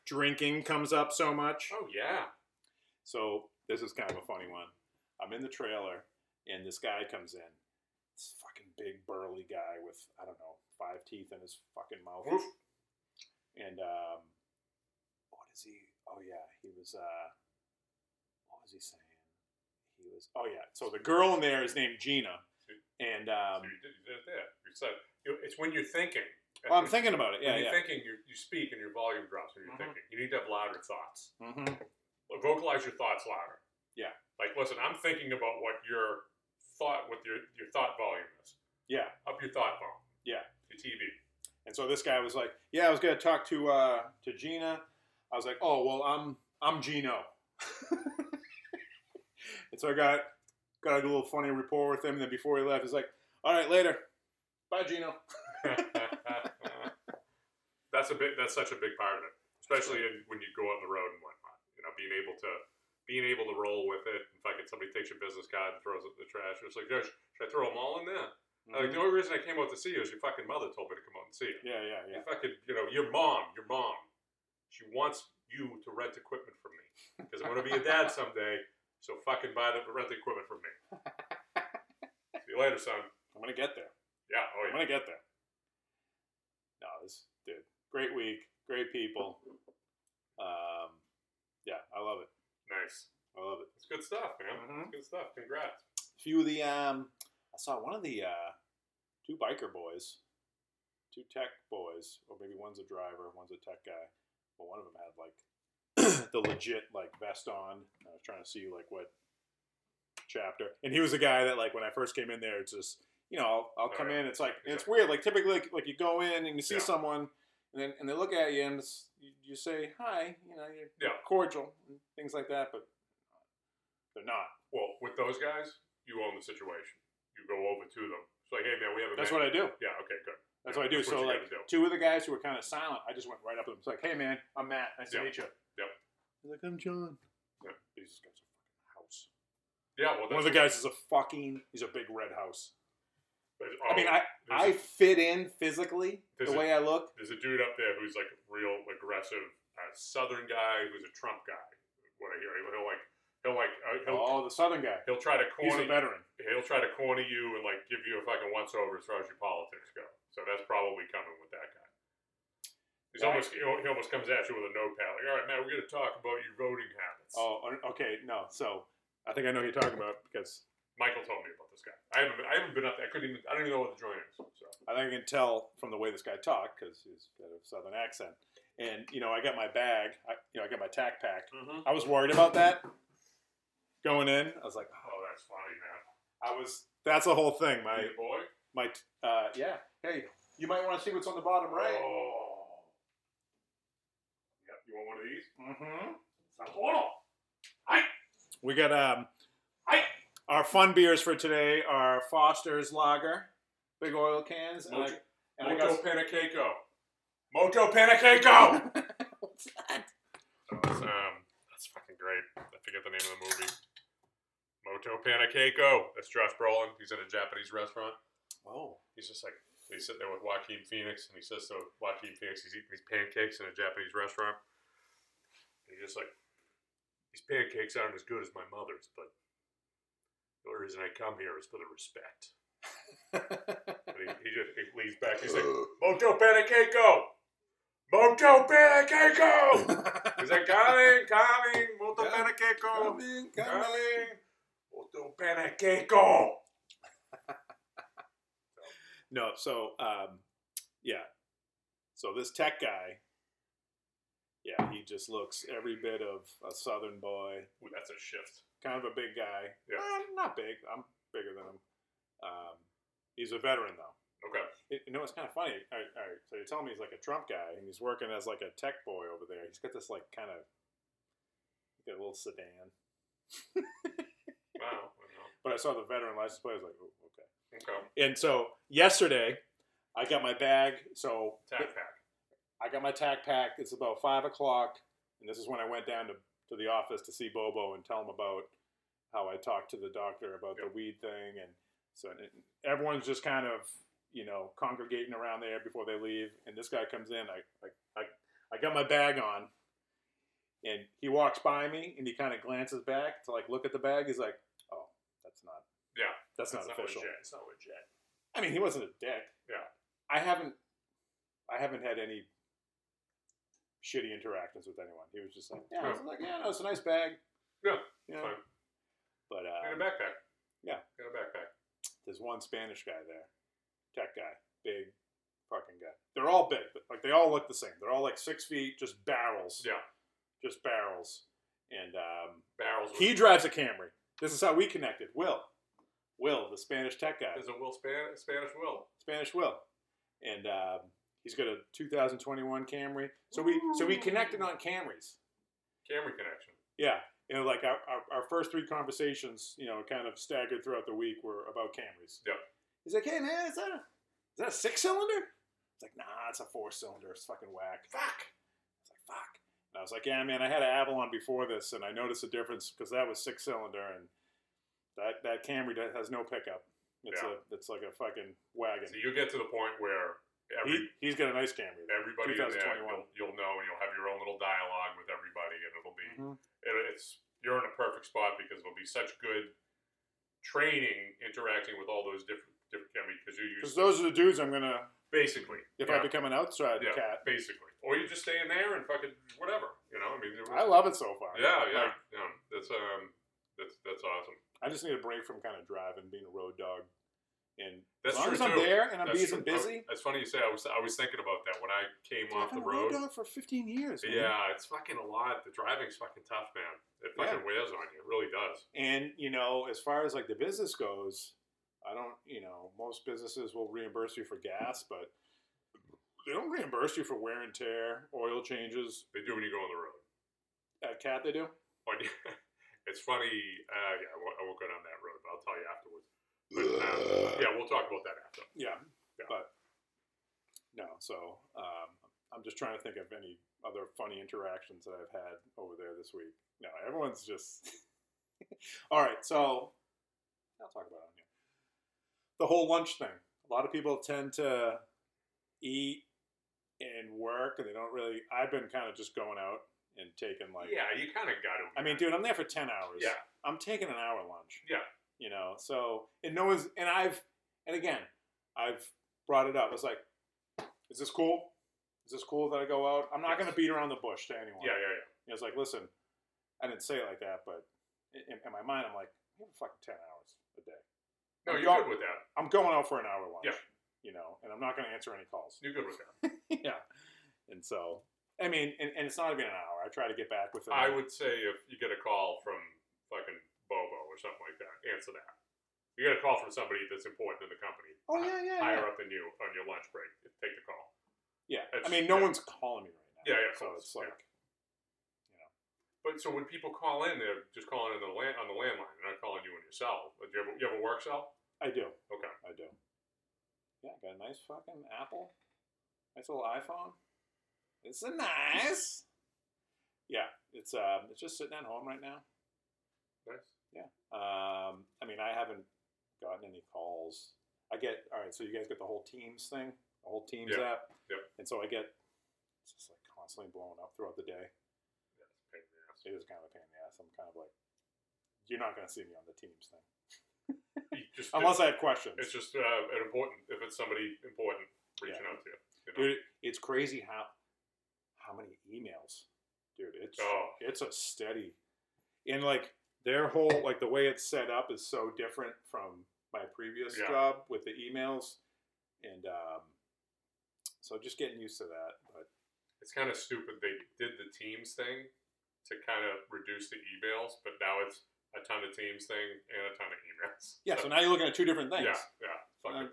[SPEAKER 2] Drinking comes up so much.
[SPEAKER 3] oh yeah.
[SPEAKER 2] So this is kind of a funny one. I'm in the trailer, and this guy comes in. This fucking big burly guy with I don't know five teeth in his fucking mouth.
[SPEAKER 3] Woof.
[SPEAKER 2] And um, what is he? Oh yeah, he was. Uh, what was he saying? He was. Oh yeah. So the girl in there is named Gina, and
[SPEAKER 3] So
[SPEAKER 2] um,
[SPEAKER 3] you did, you did it there. You said you- it's when you're thinking.
[SPEAKER 2] well, I'm thinking about it.
[SPEAKER 3] When
[SPEAKER 2] Yeah,
[SPEAKER 3] you're
[SPEAKER 2] yeah.
[SPEAKER 3] thinking, you you speak and your volume drops when you're
[SPEAKER 2] Mhm.
[SPEAKER 3] thinking. You need to have louder thoughts.
[SPEAKER 2] hmm
[SPEAKER 3] vocalize your thoughts louder.
[SPEAKER 2] Yeah.
[SPEAKER 3] Like, listen, I'm thinking about what your thought, what your your thought volume is.
[SPEAKER 2] Yeah.
[SPEAKER 3] Up your thought volume.
[SPEAKER 2] Yeah.
[SPEAKER 3] Your TV.
[SPEAKER 2] And so this guy was like, "Yeah, I was gonna talk to uh, to Gina." I was like, "Oh well, I'm I'm Gino." and so I got got a little funny rapport with him. And then before he left, he's like, "All right, later, bye, Gino."
[SPEAKER 3] that's a big. That's such a big part of it, especially in, when you go out on the road and whatnot. You know, being able to being able to roll with it. In fact, if somebody takes your business card and throws it in the trash, it's like, "Gosh, should I throw them all in there?
[SPEAKER 2] Mm-hmm.
[SPEAKER 3] Like, the only reason I came out to see you is your fucking mother told me to come out and see you.
[SPEAKER 2] Yeah, yeah, yeah.
[SPEAKER 3] If I could, you know, your mom, your mom, she wants you to rent equipment from me because I'm going to be a dad someday. So fucking buy the rent the equipment from me. See you later, son.
[SPEAKER 2] I'm gonna get there.
[SPEAKER 3] Yeah. Oh
[SPEAKER 2] I'm
[SPEAKER 3] yeah.
[SPEAKER 2] gonna get there. No, this dude, great week, great people. Um, yeah, I love it.
[SPEAKER 3] Nice.
[SPEAKER 2] I love it. Mm-hmm.
[SPEAKER 3] It's good stuff, man. It's good stuff. Congrats.
[SPEAKER 2] few of the um, I saw one of the uh, two biker boys, two tech boys, or maybe one's a driver, one's a tech guy. But one of them had like the legit like vest on. I was trying to see like what chapter, and he was a guy that like when I first came in there, it's just you know I'll, I'll come in. It's like and it's weird. Like typically like, like you go in and you see
[SPEAKER 3] Yeah.
[SPEAKER 2] someone. And, then, and they look at you and it's, you, you say hi, you know, you're
[SPEAKER 3] Yeah.
[SPEAKER 2] cordial, and things like that, but they're not.
[SPEAKER 3] Well, with those guys, you own the situation. you go over to them. It's like, hey man, we have a
[SPEAKER 2] That's
[SPEAKER 3] man.
[SPEAKER 2] what I do.
[SPEAKER 3] Yeah, okay, good.
[SPEAKER 2] That's what I
[SPEAKER 3] Yeah,
[SPEAKER 2] do.
[SPEAKER 3] that's
[SPEAKER 2] So
[SPEAKER 3] what you
[SPEAKER 2] like
[SPEAKER 3] gotta do.
[SPEAKER 2] two of the guys who were kind of silent, I just went right up to them. It's like, hey man, I'm Matt. Nice
[SPEAKER 3] Yeah.
[SPEAKER 2] to meet you.
[SPEAKER 3] Yep.
[SPEAKER 2] He's like, I'm John.
[SPEAKER 3] Yeah.
[SPEAKER 2] These guys are fucking house.
[SPEAKER 3] Yeah, well,
[SPEAKER 2] One of
[SPEAKER 3] that's
[SPEAKER 2] the guys is a fucking. He's a big red house.
[SPEAKER 3] there's-
[SPEAKER 2] I mean,
[SPEAKER 3] oh,
[SPEAKER 2] I
[SPEAKER 3] there's
[SPEAKER 2] I
[SPEAKER 3] a-
[SPEAKER 2] fit in physically
[SPEAKER 3] There's
[SPEAKER 2] the
[SPEAKER 3] a-
[SPEAKER 2] way I look.
[SPEAKER 3] there's a dude up there who's like a real aggressive uh, Southern guy who's a Trump guy. What I hear, he'll, he'll like he'll like uh, he'll
[SPEAKER 2] Oh, the southern guy.
[SPEAKER 3] he'll try to
[SPEAKER 2] He's a
[SPEAKER 3] corner
[SPEAKER 2] veteran.
[SPEAKER 3] he'll try to corner you and like give you a fucking once over as far as your politics go. So that's probably coming with that guy. He's
[SPEAKER 2] Why?
[SPEAKER 3] almost he al- he almost comes at you with a notepad like, all right, man, we're gonna talk about your voting habits.
[SPEAKER 2] Oh, okay. No, so I think I know who you're talking about because
[SPEAKER 3] Michael told me about this guy. I haven't I haven't been up there. I couldn't even I don't even know what the joint is. So
[SPEAKER 2] I think I can tell from the way this guy talked because he's got a southern accent. And you know, I got my bag. I, you know, I got my tack pack. I was worried about that going in. I was like,
[SPEAKER 3] oh, that's funny, man.
[SPEAKER 2] I was. That's the whole thing.
[SPEAKER 3] Hey,
[SPEAKER 2] My
[SPEAKER 3] boy.
[SPEAKER 2] my uh, yeah. Hey, you might want to see what's on the bottom right.
[SPEAKER 3] Oh. Yep. You want one of these?
[SPEAKER 2] Mm-hmm.
[SPEAKER 3] Sapporo.
[SPEAKER 2] We got um,
[SPEAKER 3] Hi.
[SPEAKER 2] our fun beers for today are Foster's Lager, big oil cans, and, I,
[SPEAKER 3] Mojo-
[SPEAKER 2] and I
[SPEAKER 3] Moto
[SPEAKER 2] got
[SPEAKER 3] Panakeiko. Moto Panakeiko.
[SPEAKER 2] what's that?
[SPEAKER 3] That's, um, that's fucking great. I forget the name of the movie. Moto Panakeiko. That's Josh Brolin. He's in a Japanese restaurant.
[SPEAKER 2] Oh,
[SPEAKER 3] He's just like he's sitting there with Joaquin Phoenix, and he says to Joaquin Phoenix, he's eating these pancakes in a Japanese restaurant. And he's just like, these pancakes aren't as good as my mother's, but the only reason I come here is for the respect. and he, he just he leans back. He's like, Moto Panakeiko. Moto Panakeiko.
[SPEAKER 2] Oh.
[SPEAKER 3] He's like, coming, coming, Moto
[SPEAKER 2] Yeah.
[SPEAKER 3] Panakeiko.
[SPEAKER 2] Coming,
[SPEAKER 3] Coming, Moto Panakeiko.
[SPEAKER 2] No, so um, yeah. So this tech guy, yeah, he just looks every bit of a southern boy,
[SPEAKER 3] Ooh, that's a shift.
[SPEAKER 2] kind of a big guy.
[SPEAKER 3] Yeah.
[SPEAKER 2] Eh, not big. I'm bigger than him. Um, he's a veteran though.
[SPEAKER 3] Okay.
[SPEAKER 2] You- You know, it's kind of funny. All right, all right, so you're telling me he's like a Trump guy, and he's working as like a tech boy over there. He's got this like kind of got a little sedan.
[SPEAKER 3] Wow. Wow.
[SPEAKER 2] But I saw the veteran license plate. I was like, oh, okay.
[SPEAKER 3] Okay.
[SPEAKER 2] And so yesterday, I got my bag. So
[SPEAKER 3] Tac pack.
[SPEAKER 2] I got my tack pack. It's about five o'clock, and this is when I went down to, to the office to see Bobo and tell him about how I talked to the doctor about the weed thing, and so and everyone's just kind of you know congregating around there before they leave. And this guy comes in. I I I, I got my bag on, and he walks by me, and he kind of glances back to like look at the bag. He's like, "Oh, that's not
[SPEAKER 3] Yeah.
[SPEAKER 2] that's, not, official."
[SPEAKER 3] legit. It's not legit.
[SPEAKER 2] I mean, he wasn't a dick.
[SPEAKER 3] Yeah.
[SPEAKER 2] I haven't, I haven't had any shitty interactions with anyone. He was just like, yeah, I was like, yeah, no, it's a nice bag.
[SPEAKER 3] Yeah,
[SPEAKER 2] You know?
[SPEAKER 3] fine.
[SPEAKER 2] But uh,
[SPEAKER 3] And a backpack.
[SPEAKER 2] yeah.
[SPEAKER 3] Got a backpack.
[SPEAKER 2] there's one Spanish guy there, tech guy, big fucking guy. They're all big, but like they all look the same. They're all like six feet, just barrels,
[SPEAKER 3] Yeah.
[SPEAKER 2] just barrels. And um,
[SPEAKER 3] Barrels.
[SPEAKER 2] he
[SPEAKER 3] with-
[SPEAKER 2] drives a Camry. This is how we connected. Will, Will, the Spanish tech guy.
[SPEAKER 3] There's a Will Span- Spanish Will.
[SPEAKER 2] Spanish Will, and um, he's got a 2021 Camry. So we so we connected on Camrys.
[SPEAKER 3] Camera connection.
[SPEAKER 2] Yeah, and like our, our, our first three conversations, you know, kind of staggered throughout the week were about Camrys.
[SPEAKER 3] Yeah.
[SPEAKER 2] He's like, hey man, is that a is that a six cylinder? It's like, nah, it's a four cylinder. It's fucking whack. Fuck. It's like fuck. And I was like, yeah, man, I had an Avalon before this, and I noticed a difference because that was six cylinder, and that that Camry does- has no pickup. It's
[SPEAKER 3] Yeah.
[SPEAKER 2] a it's like a fucking wagon.
[SPEAKER 3] So you get to the point where every
[SPEAKER 2] he, he's got a nice Camry. though.
[SPEAKER 3] everybody in there,
[SPEAKER 2] 2021.
[SPEAKER 3] you'll, you'll know, and you'll have your own little dialogue with everybody, and it'll be
[SPEAKER 2] Mm-hmm.
[SPEAKER 3] it, it's you're in a perfect spot because it'll be such good training interacting with all those different different. I mean, because you're used
[SPEAKER 2] Because
[SPEAKER 3] to
[SPEAKER 2] those are the dudes I'm gonna.
[SPEAKER 3] basically.
[SPEAKER 2] If I
[SPEAKER 3] yeah,
[SPEAKER 2] become an outside
[SPEAKER 3] yeah,
[SPEAKER 2] cat,
[SPEAKER 3] basically, or you just stay in there and fucking whatever. You know, I mean, there
[SPEAKER 2] I
[SPEAKER 3] was-
[SPEAKER 2] love it so far.
[SPEAKER 3] Yeah, yeah,
[SPEAKER 2] Like,
[SPEAKER 3] yeah. That's um, that's that's awesome.
[SPEAKER 2] I just need a break from kind of driving, being a road dog, and
[SPEAKER 3] That's
[SPEAKER 2] as long
[SPEAKER 3] true
[SPEAKER 2] as I'm
[SPEAKER 3] too.
[SPEAKER 2] there and I'm
[SPEAKER 3] That's
[SPEAKER 2] being
[SPEAKER 3] true.
[SPEAKER 2] busy.
[SPEAKER 3] That's funny you say. I was I was thinking about that when I came
[SPEAKER 2] I've
[SPEAKER 3] off
[SPEAKER 2] been
[SPEAKER 3] the
[SPEAKER 2] a road
[SPEAKER 3] road.
[SPEAKER 2] dog for 15 years. man.
[SPEAKER 3] Yeah, it's fucking a lot. The driving's fucking tough, man. It fucking wears on you. It really does.
[SPEAKER 2] And you know, as far as like the business goes, I don't. You know, most businesses will reimburse you for gas, but they don't reimburse you for wear and tear, oil changes.
[SPEAKER 3] They do when you go on the road.
[SPEAKER 2] At cat, they do.
[SPEAKER 3] When you- it's funny. Uh, yeah, I won't, I won't go down that road, but I'll tell you afterwards. Yeah, we'll talk about that after.
[SPEAKER 2] Yeah, but no. So um, I'm just trying to think of any other funny interactions that I've had over there this week. No, everyone's just all right. So I'll talk about it on here. The whole lunch thing. A lot of people tend to eat and work, and they don't really. I've been kind of just going out and taking like.
[SPEAKER 3] yeah, you kind of got to.
[SPEAKER 2] I mean, dude, I'm there for ten hours.
[SPEAKER 3] Yeah.
[SPEAKER 2] I'm taking an hour lunch.
[SPEAKER 3] Yeah.
[SPEAKER 2] You know, so and no one's and I've and again, I've brought it up. It's like, is this cool? Is this cool that I go out? I'm not
[SPEAKER 3] Yes.
[SPEAKER 2] gonna beat around the bush to anyone.
[SPEAKER 3] Yeah, yeah, yeah.
[SPEAKER 2] It's like, listen, I didn't say it like that, but in, in my mind, I'm like, I have fucking ten hours a day.
[SPEAKER 3] No,
[SPEAKER 2] I'm
[SPEAKER 3] you're
[SPEAKER 2] go-
[SPEAKER 3] good with that.
[SPEAKER 2] I'm going out for an hour lunch.
[SPEAKER 3] Yeah.
[SPEAKER 2] You know, and I'm not gonna answer any calls.
[SPEAKER 3] You're good with that.
[SPEAKER 2] yeah. And so, I mean, and, and it's not even an hour. I try to get back within.
[SPEAKER 3] I
[SPEAKER 2] like-
[SPEAKER 3] would say if you get a call from fucking Bobo or something like that, answer that. You get a call from somebody that's important in the company, uh,
[SPEAKER 2] Oh yeah, yeah. yeah.
[SPEAKER 3] higher up than you on your lunch break, take the call.
[SPEAKER 2] Yeah, I
[SPEAKER 3] It's-
[SPEAKER 2] mean, no
[SPEAKER 3] yeah.
[SPEAKER 2] one's calling me right now.
[SPEAKER 3] Yeah, yeah, of
[SPEAKER 2] So
[SPEAKER 3] course,
[SPEAKER 2] it's like,
[SPEAKER 3] But so when people call in, they're just calling in the land on the landline. They're not calling you on your cell. Do you have a, you have a work cell?
[SPEAKER 2] I do,
[SPEAKER 3] Okay.
[SPEAKER 2] I do. Yeah, I got a nice fucking Apple, nice little iPhone. It's a nice. Yeah, it's um, it's just sitting at home right now.
[SPEAKER 3] Nice.
[SPEAKER 2] Um, I mean, I haven't gotten any calls. I get all right. So you guys get the whole Teams thing, the whole Teams
[SPEAKER 3] Yeah,
[SPEAKER 2] app.
[SPEAKER 3] yep.
[SPEAKER 2] And so I get it's just like constantly blowing up throughout the day.
[SPEAKER 3] Yeah, it's a pain in the ass.
[SPEAKER 2] It is kind of a pain in the ass. I'm kind of like, you're not gonna see me on the Teams thing
[SPEAKER 3] You just-
[SPEAKER 2] unless I have questions.
[SPEAKER 3] it's just uh, an important if it's somebody important reaching
[SPEAKER 2] Yeah.
[SPEAKER 3] out to you. you know?
[SPEAKER 2] dude. It's crazy how how many emails, dude. It's
[SPEAKER 3] Oh.
[SPEAKER 2] it's a steady, and like their whole like the way it's set up is so different from my previous
[SPEAKER 3] Yeah.
[SPEAKER 2] job with the emails, and um, so just getting used to that. But
[SPEAKER 3] it's kind of stupid. They did the teams thing to kind of reduce the emails, but now it's a ton of teams thing and a ton of emails.
[SPEAKER 2] yeah, so now you're looking at two different things.
[SPEAKER 3] yeah, yeah, fucking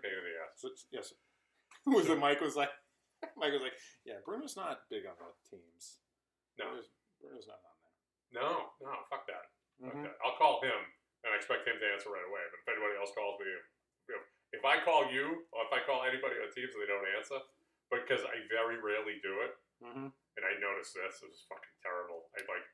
[SPEAKER 2] Um,
[SPEAKER 3] pain in the ass.
[SPEAKER 2] So it's- yes. was the Mike was like, Mike was like, yeah, Bruno's not big on the teams.
[SPEAKER 3] No,
[SPEAKER 2] Bruno's, Bruno's not on
[SPEAKER 3] no, no, fuck that.
[SPEAKER 2] there.
[SPEAKER 3] Fuck that. I'll call him and I expect him to answer right away. But if anybody else calls me, if, if I call you or if I call anybody on teams and they don't answer, because I very rarely do it,
[SPEAKER 2] Mhm.
[SPEAKER 3] and I noticed this. It was fucking terrible. I like,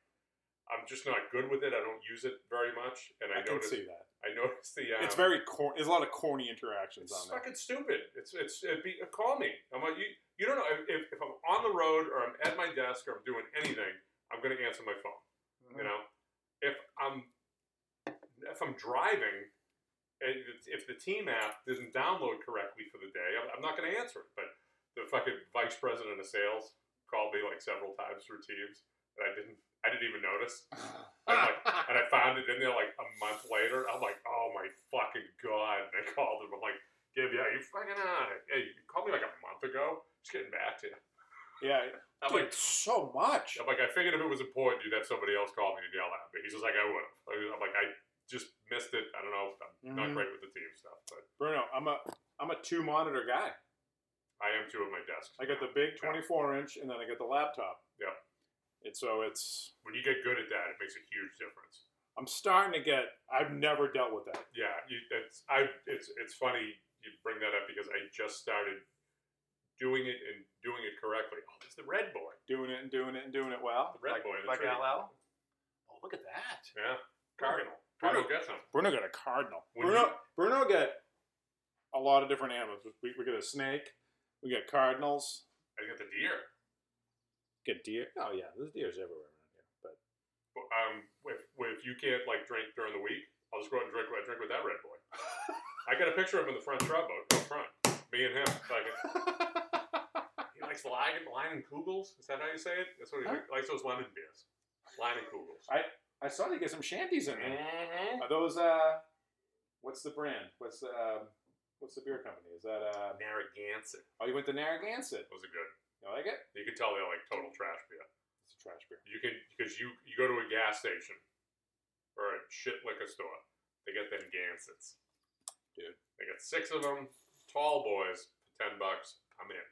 [SPEAKER 3] I'm just not good with it. I don't use it very much, and
[SPEAKER 2] I,
[SPEAKER 3] I,
[SPEAKER 2] can
[SPEAKER 3] noticed.
[SPEAKER 2] see that.
[SPEAKER 3] I noticed the. Um,
[SPEAKER 2] it's very corny. There's a lot of corny interactions
[SPEAKER 3] It's
[SPEAKER 2] on there.
[SPEAKER 3] fucking stupid. It's it's it be call me. I'm like you. You don't know if, if, if I'm on the road or I'm at my desk or I'm doing anything. I'm gonna answer my phone.
[SPEAKER 2] Mm-hmm.
[SPEAKER 3] You know, if I'm if I'm driving, and if- if the team app doesn't download correctly for the day, I'm, I'm not gonna answer it. But the fucking vice president of sales called me like several times through Teams, and I didn't I didn't even notice. And, like, and I found it in there like a month later. I'm like, oh my fucking god! And I called him. I'm like, Gib, yeah, you fucking on it. Hey, you called me like a month ago. Just getting back to you.
[SPEAKER 2] yeah,
[SPEAKER 3] I'm
[SPEAKER 2] dude,
[SPEAKER 3] like,
[SPEAKER 2] so much.
[SPEAKER 3] I'm like, I figured if it was important, you'd have somebody else call me and yell at me. He's just like, I would have. I'm like, I just missed it. I don't know. I'm not
[SPEAKER 2] Mhm.
[SPEAKER 3] great with the team stuff, but
[SPEAKER 2] Bruno, I'm a I'm a two monitor guy.
[SPEAKER 3] I am too at my desk.
[SPEAKER 2] I got the big 24 inch, and then I got the laptop.
[SPEAKER 3] Yep.
[SPEAKER 2] And so it's
[SPEAKER 3] When you get good at that, it makes a huge difference.
[SPEAKER 2] I'm starting to get. I've never dealt with that.
[SPEAKER 3] Yeah, you, it's I. It's it's funny you bring that up because I just started doing it and doing it correctly. Oh, it's the red boy.
[SPEAKER 2] Doing it and doing it and doing it well.
[SPEAKER 3] The red
[SPEAKER 2] like,
[SPEAKER 3] boy. The
[SPEAKER 2] like
[SPEAKER 3] tree.
[SPEAKER 2] LL. Oh, look at that.
[SPEAKER 3] Yeah, Cardinal.
[SPEAKER 2] Bruno-
[SPEAKER 3] Cardinal gets him.
[SPEAKER 2] Bruno got a cardinal.
[SPEAKER 3] When
[SPEAKER 2] Bruno
[SPEAKER 3] you-
[SPEAKER 2] Bruno got a lot of different animals. We, we got a snake. We got cardinals.
[SPEAKER 3] I got the deer.
[SPEAKER 2] Get deer. Oh yeah, there's deers everywhere around here. But
[SPEAKER 3] um, if, if you can't like drink during the week, I'll just go out and drink drink with that red boy. I got a picture of him in the front truck boat up front. Me and him. Like, he likes Lion, Lion and Kugels. Is that how you say it? That's what he
[SPEAKER 2] Huh?
[SPEAKER 3] likes. Those London beers. Lion and Kugels.
[SPEAKER 2] I saw they get some shanties in there.
[SPEAKER 3] Mhm.
[SPEAKER 2] Are those uh what's the brand? What's the um, what's the beer company? Is that uh
[SPEAKER 3] Narragansett.
[SPEAKER 2] Oh you went to Narragansett.
[SPEAKER 3] Those are good.
[SPEAKER 2] You like it?
[SPEAKER 3] You can tell they're like total trash beer.
[SPEAKER 2] It's a trash beer.
[SPEAKER 3] You can because you you go to a gas station or a shit liquor store. They get them Gansets.
[SPEAKER 2] Dude.
[SPEAKER 3] They got six of them. Tall boys, ten bucks. I'm in.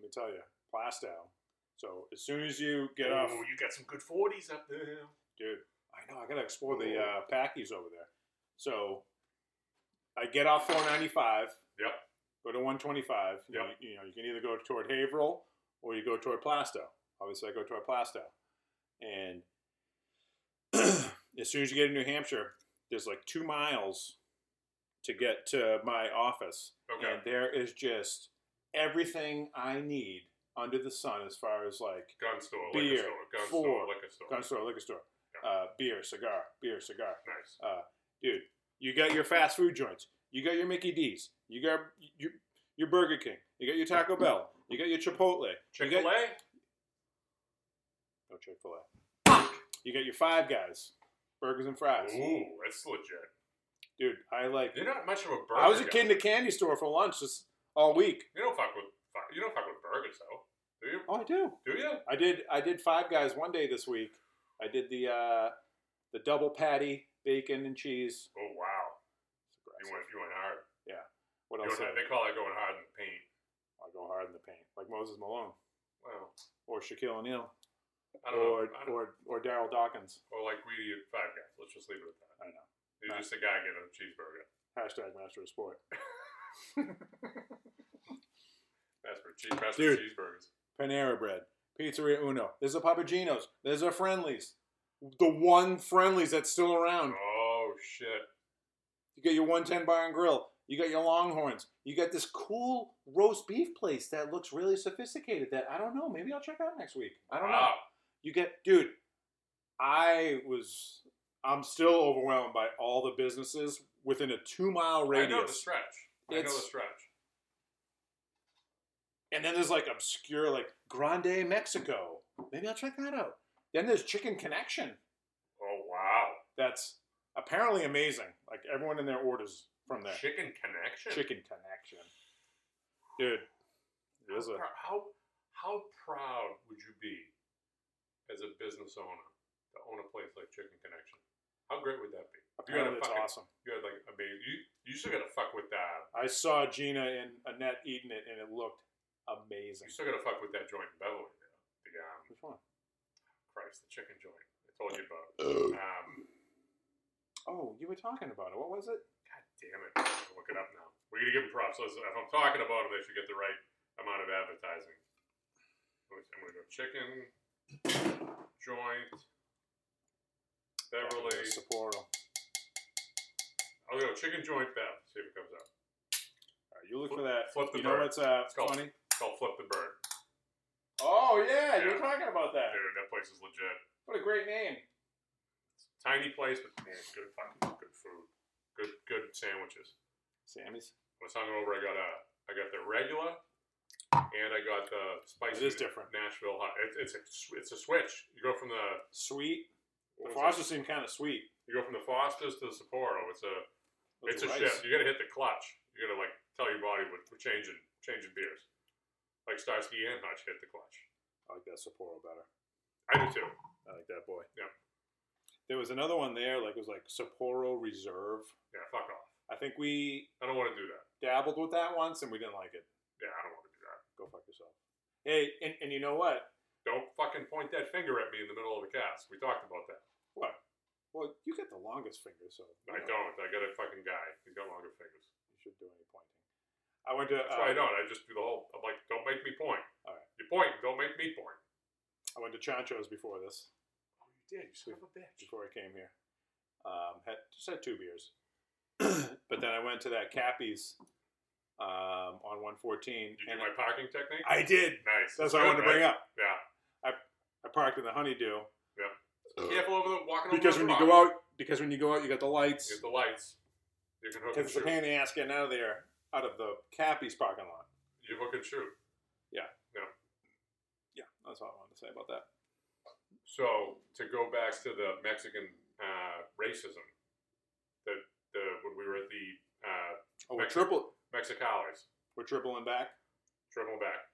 [SPEAKER 2] Let me tell you. Plastow. So as soon as you get off
[SPEAKER 3] Ooh, you got some good forties up there.
[SPEAKER 2] dude, I know I gotta explore the uh, packies over there. So I get off 495.
[SPEAKER 3] Yep.
[SPEAKER 2] Go to 125. You,
[SPEAKER 3] Yep.
[SPEAKER 2] you know, you can either go toward Haverhill or you go toward Plastow. Obviously, I go toward Plastow. And as soon as you get in New Hampshire, there's like two miles to get to my office.
[SPEAKER 3] Okay.
[SPEAKER 2] And there is just everything I need under the sun as far as like
[SPEAKER 3] Gun store,
[SPEAKER 2] Beer,
[SPEAKER 3] liquor store, gun
[SPEAKER 2] four,
[SPEAKER 3] store, liquor store.
[SPEAKER 2] gun store, liquor store,
[SPEAKER 3] Yeah.
[SPEAKER 2] uh, beer, cigar, beer, cigar.
[SPEAKER 3] Nice.
[SPEAKER 2] dude. You got your fast food joints. You got your Mickey D's. You got your your Burger King. You got your Taco Bell. You got your Chipotle.
[SPEAKER 3] Chick Fil A.
[SPEAKER 2] No Chick Fil A. You got your Five Guys burgers and fries.
[SPEAKER 3] Ooh, that's legit.
[SPEAKER 2] Dude, I like.
[SPEAKER 3] You're not much of a burger.
[SPEAKER 2] I was a
[SPEAKER 3] guy.
[SPEAKER 2] kid in the candy store for lunch just all week.
[SPEAKER 3] You don't fuck with fuck- you don't fuck with burgers though, do you?
[SPEAKER 2] Oh, I do.
[SPEAKER 3] Do you?
[SPEAKER 2] I did. I did Five Guys one day this week. I did the uh, the double patty, bacon and cheese.
[SPEAKER 3] Oh wow, you went you went hard.
[SPEAKER 2] What
[SPEAKER 3] You
[SPEAKER 2] else? did I
[SPEAKER 3] went, hard. they call that going hard in the paint.
[SPEAKER 2] I go hard in the paint, like Moses Malone
[SPEAKER 3] Well,
[SPEAKER 2] or Shaquille O'Neal
[SPEAKER 3] I don't
[SPEAKER 2] or,
[SPEAKER 3] know. I don't,
[SPEAKER 2] or or Daryl Dawkins.
[SPEAKER 3] or like greedy at Five Guys. Let's just leave it at that.
[SPEAKER 2] I know.
[SPEAKER 3] You're
[SPEAKER 2] Nah.
[SPEAKER 3] just a guy getting a cheeseburger.
[SPEAKER 2] Hashtag master of sport.
[SPEAKER 3] That's for cheap. That's for
[SPEAKER 2] Dude.
[SPEAKER 3] cheeseburgers.
[SPEAKER 2] Panera Bread, Pizzeria Uno. There's a Papagino's. There's a Friendlies. The one Friendlies that's still around.
[SPEAKER 3] Oh shit.
[SPEAKER 2] You got your 110 Bar and Grill. You got your Longhorns. You got this cool roast beef place that looks really sophisticated. That I don't know. Maybe I'll check out next week. I don't know.
[SPEAKER 3] Wow.
[SPEAKER 2] You get, dude. I was. I'm still overwhelmed by all the businesses within a two mile
[SPEAKER 3] I know the
[SPEAKER 2] radius.
[SPEAKER 3] stretch. I know
[SPEAKER 2] It's-
[SPEAKER 3] the stretch.
[SPEAKER 2] And then there's like obscure, like Grande Mexico. Maybe I'll check that out. Then there's Chicken Connection.
[SPEAKER 3] Oh wow.
[SPEAKER 2] That's apparently amazing. Like everyone in their orders from there.
[SPEAKER 3] Chicken connection.
[SPEAKER 2] Chicken Connection. Dude, it
[SPEAKER 3] How,
[SPEAKER 2] is a
[SPEAKER 3] prou- how how proud would you be as a business owner to own a place like Chicken Connection? How great would that be? You
[SPEAKER 2] apparently
[SPEAKER 3] had a
[SPEAKER 2] it's
[SPEAKER 3] fucking,
[SPEAKER 2] awesome.
[SPEAKER 3] you had like amazing. You you still gotta fuck with that.
[SPEAKER 2] I saw Gina and Annette eating it, and it looked amazing.
[SPEAKER 3] You still gotta fuck with that joint in Beverly. You know? The um,
[SPEAKER 2] Which one?
[SPEAKER 3] Christ, the chicken joint. I told you about. Um,
[SPEAKER 2] Oh, you were talking about it. What was it?
[SPEAKER 3] God damn it! I have to Look it up now. We're gonna give them props. Listen, if I'm talking about them, they should get the right amount of advertising. I'm gonna go chicken joint. Beverly.
[SPEAKER 2] Sapporo. All
[SPEAKER 3] I'll go chicken joint Bev. See if it comes up.
[SPEAKER 2] right, you look for that.
[SPEAKER 3] Flip the
[SPEAKER 2] you know
[SPEAKER 3] bird.
[SPEAKER 2] what's uh,
[SPEAKER 3] It's called-
[SPEAKER 2] funny?
[SPEAKER 3] It's called Flip the Bird.
[SPEAKER 2] Oh yeah, you
[SPEAKER 3] Yeah.
[SPEAKER 2] were talking about that.
[SPEAKER 3] Dude, that place is legit.
[SPEAKER 2] What a great name.
[SPEAKER 3] It's a tiny place, but man, it's good fucking good food. Good good sandwiches.
[SPEAKER 2] Sammy's.
[SPEAKER 3] When I was hungover, I got a I got the regular, and I got the spicy.
[SPEAKER 2] It is different.
[SPEAKER 3] Nashville hot. It, it's a sw- it's a switch. You go from the
[SPEAKER 2] Sweet.
[SPEAKER 3] what
[SPEAKER 2] The
[SPEAKER 3] is
[SPEAKER 2] Foster
[SPEAKER 3] it?
[SPEAKER 2] seemed kind of sweet.
[SPEAKER 3] You go from the Foster's to the Sapporo. It's a
[SPEAKER 2] Those
[SPEAKER 3] it's a
[SPEAKER 2] rice.
[SPEAKER 3] shift. You gotta hit the clutch. You gotta like tell your body we're, we're changing changing beers. Like Starsky and Hutch hit the clutch.
[SPEAKER 2] I like that Sapporo better.
[SPEAKER 3] I do too.
[SPEAKER 2] I like that boy.
[SPEAKER 3] Yeah.
[SPEAKER 2] There was another one there, like it was like Sapporo Reserve.
[SPEAKER 3] Yeah, fuck off.
[SPEAKER 2] I think we
[SPEAKER 3] I don't want to do that.
[SPEAKER 2] dabbled with that once and we didn't like it.
[SPEAKER 3] Yeah, I don't want to do that.
[SPEAKER 2] Go fuck yourself. Hey, and, and you know what?
[SPEAKER 3] Don't fucking point that finger at me in the middle of the cast. We talked about that.
[SPEAKER 2] What? Well, you got the longest finger, so you
[SPEAKER 3] I
[SPEAKER 2] know,
[SPEAKER 3] don't. I got a fucking guy. He's got longer fingers.
[SPEAKER 2] You should do any pointing. I went to.
[SPEAKER 3] That's why I
[SPEAKER 2] uh,
[SPEAKER 3] don't. I just do the whole. I'm like, don't make me point.
[SPEAKER 2] All right.
[SPEAKER 3] You point. Don't make me point.
[SPEAKER 2] I went to Chancho's before this,
[SPEAKER 3] Oh, you did. You son of a bitch.
[SPEAKER 2] before I came here. Um, had just had two beers, but then I went to that Cappy's um, on 114.
[SPEAKER 3] You do
[SPEAKER 2] and
[SPEAKER 3] my parking technique.
[SPEAKER 2] I did.
[SPEAKER 3] nice.
[SPEAKER 2] That's what I wanted to bring up.
[SPEAKER 3] Yeah.
[SPEAKER 2] I parked in the honeydew
[SPEAKER 3] Careful over the walking over
[SPEAKER 2] Uh, because
[SPEAKER 3] the
[SPEAKER 2] when you go
[SPEAKER 3] rocks.
[SPEAKER 2] out, because when you go out, you got the lights.
[SPEAKER 3] you get the lights. You can hook
[SPEAKER 2] Because
[SPEAKER 3] and
[SPEAKER 2] it's a
[SPEAKER 3] shoot.
[SPEAKER 2] pain in the ass getting out of there, out of the Cappy's parking lot.
[SPEAKER 3] You hook and shoot.
[SPEAKER 2] Yeah, that's all I wanted to say about that.
[SPEAKER 3] So to go back to the Mexican uh, racism, the the when we were at the uh,
[SPEAKER 2] Oh, we're
[SPEAKER 3] Mexico-
[SPEAKER 2] triple,
[SPEAKER 3] Mexicales,
[SPEAKER 2] we're tripling back.
[SPEAKER 3] Triple back.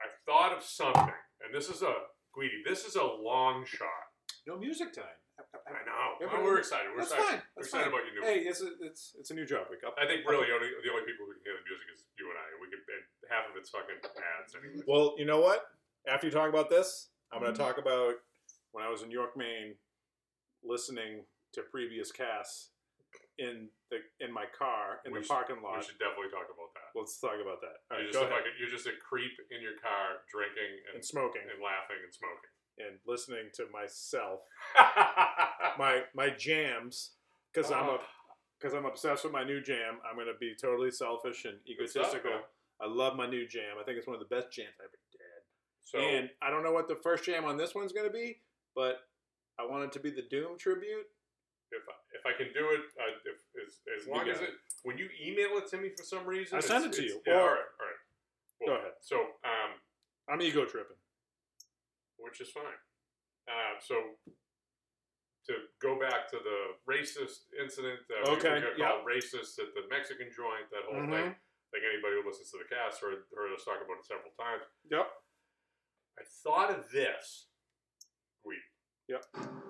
[SPEAKER 3] I thought of something, and this is a Guidi. This is a long shot.
[SPEAKER 2] No music tonight.
[SPEAKER 3] I know.
[SPEAKER 2] Yeah,
[SPEAKER 3] Well,
[SPEAKER 2] but-
[SPEAKER 3] we're excited. We're
[SPEAKER 2] That's
[SPEAKER 3] excited.
[SPEAKER 2] fine.
[SPEAKER 3] we're
[SPEAKER 2] That's
[SPEAKER 3] excited
[SPEAKER 2] fine.
[SPEAKER 3] about your new.
[SPEAKER 2] Hey, it's a, it's it's a new job. Wake up.
[SPEAKER 3] I think really only the only people who can hear the music is you and I. We could and half of it's fucking ads anyway.
[SPEAKER 2] Well, you know what? After you talk about this, I'm
[SPEAKER 3] Mm-hmm.
[SPEAKER 2] going to talk about when I was in York, Maine, listening to previous casts in the in my car in
[SPEAKER 3] We
[SPEAKER 2] the
[SPEAKER 3] should-
[SPEAKER 2] parking
[SPEAKER 3] We
[SPEAKER 2] lot.
[SPEAKER 3] should definitely talk about that.
[SPEAKER 2] Let's talk about that. All
[SPEAKER 3] You're
[SPEAKER 2] right,
[SPEAKER 3] just,
[SPEAKER 2] go
[SPEAKER 3] look
[SPEAKER 2] ahead.
[SPEAKER 3] like a, you're just a creep in your car drinking and,
[SPEAKER 2] and smoking
[SPEAKER 3] and laughing and smoking.
[SPEAKER 2] and listening to myself, my my jams, because I'm
[SPEAKER 3] Ah.
[SPEAKER 2] a because I'm obsessed with my new jam. I'm gonna be totally selfish and
[SPEAKER 3] stuff,
[SPEAKER 2] egotistical.
[SPEAKER 3] man.
[SPEAKER 2] I love my new jam. I think it's one of the best jams I've ever did.
[SPEAKER 3] so
[SPEAKER 2] and I don't know what the first jam on this one's going to be, but I want it to be the Doom tribute.
[SPEAKER 3] if I, if I can do it, I, if, as, as
[SPEAKER 2] You
[SPEAKER 3] long
[SPEAKER 2] got
[SPEAKER 3] as
[SPEAKER 2] it.
[SPEAKER 3] it, when you email it to me for some reason,
[SPEAKER 2] I
[SPEAKER 3] it's-
[SPEAKER 2] sent it to
[SPEAKER 3] it's-
[SPEAKER 2] you,
[SPEAKER 3] yeah,
[SPEAKER 2] or-
[SPEAKER 3] all right, all right.
[SPEAKER 2] Go ahead.
[SPEAKER 3] So, um,
[SPEAKER 2] I'm ego tripping.
[SPEAKER 3] which is fine. Uh, so to go back to the racist incident that
[SPEAKER 2] Okay,
[SPEAKER 3] we could
[SPEAKER 2] yeah.
[SPEAKER 3] call racist at the Mexican joint, that whole
[SPEAKER 2] Mhm.
[SPEAKER 3] thing. I think anybody who listens to the cast heard, heard us talk about it several times.
[SPEAKER 2] Yep.
[SPEAKER 3] I thought of this week.
[SPEAKER 2] Yep.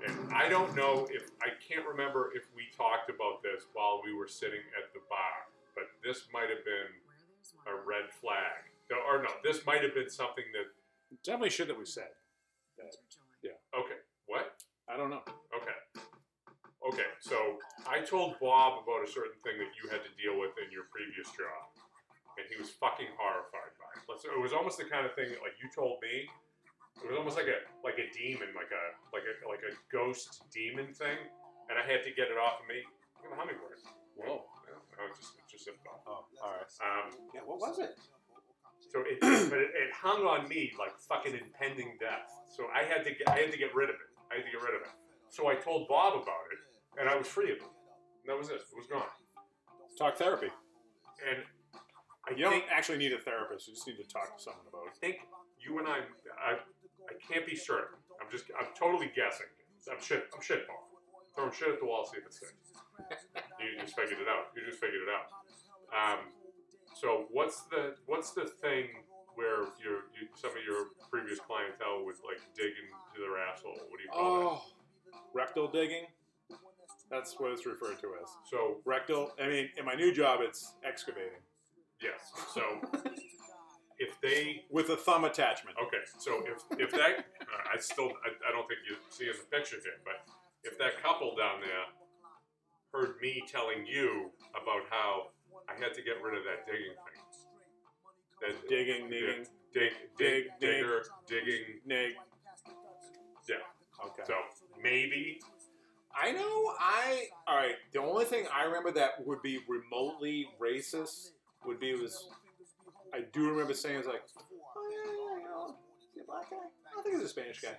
[SPEAKER 3] And I don't know if I can't remember if we talked about this while we were sitting at the bar, but this might have been a red flag. No, or no, this might have been something that
[SPEAKER 2] Definitely shit that we said.
[SPEAKER 3] okay, what?
[SPEAKER 2] I don't know.
[SPEAKER 3] Okay. Okay, so I told Bob about a certain thing that you had to deal with in your previous job, and he was fucking horrified by it. Let's- It was almost the kind of thing that, like, you told me. It was almost like a like a demon, like a like a like a ghost demon thing, and I had to get it off of me. Look at the hummingbird.
[SPEAKER 2] Whoa.
[SPEAKER 3] Yeah, I was just it just zipped off.
[SPEAKER 2] Oh, all right.
[SPEAKER 3] Um,
[SPEAKER 2] Yeah, what was it?
[SPEAKER 3] so it but it, it hung on me like fucking impending death. So I had to get I had to get rid of it. I had to get rid of it. So I told Bob about it, and I was free of it. And that was it. It was gone.
[SPEAKER 2] Talk therapy.
[SPEAKER 3] And I
[SPEAKER 2] You don't
[SPEAKER 3] think
[SPEAKER 2] actually need a therapist. You just need to talk to someone about
[SPEAKER 3] I
[SPEAKER 2] it.
[SPEAKER 3] think you and I, I I can't be certain. I'm just I'm totally guessing. I'm shit I'm shit Throwing shit at the wall, see if it sticks. you just figured it out. You just figured it out. Um, so what's the what's the thing where your you, some of your previous clientele would like dig into their asshole? What do you call
[SPEAKER 2] Oh,
[SPEAKER 3] that?
[SPEAKER 2] Rectal digging? That's what it's referred to as.
[SPEAKER 3] So
[SPEAKER 2] Rectal, I mean, in my new job, it's excavating
[SPEAKER 3] yes. So if they
[SPEAKER 2] with a thumb attachment.
[SPEAKER 3] Okay, so if if that, uh, I still, I, I don't think you see in the picture here, but if that couple down there heard me telling you about how I had to get rid of that digging thing, that
[SPEAKER 2] Digging, digging,
[SPEAKER 3] dig, dig,
[SPEAKER 2] dig,
[SPEAKER 3] digger, digging,
[SPEAKER 2] nig.
[SPEAKER 3] yeah.
[SPEAKER 2] Okay.
[SPEAKER 3] So maybe
[SPEAKER 2] I know I all right. The only thing I remember that would be remotely racist would be was I do remember saying it's like, oh, yeah, yeah, you know, is he a black guy? I think he's a Spanish guy.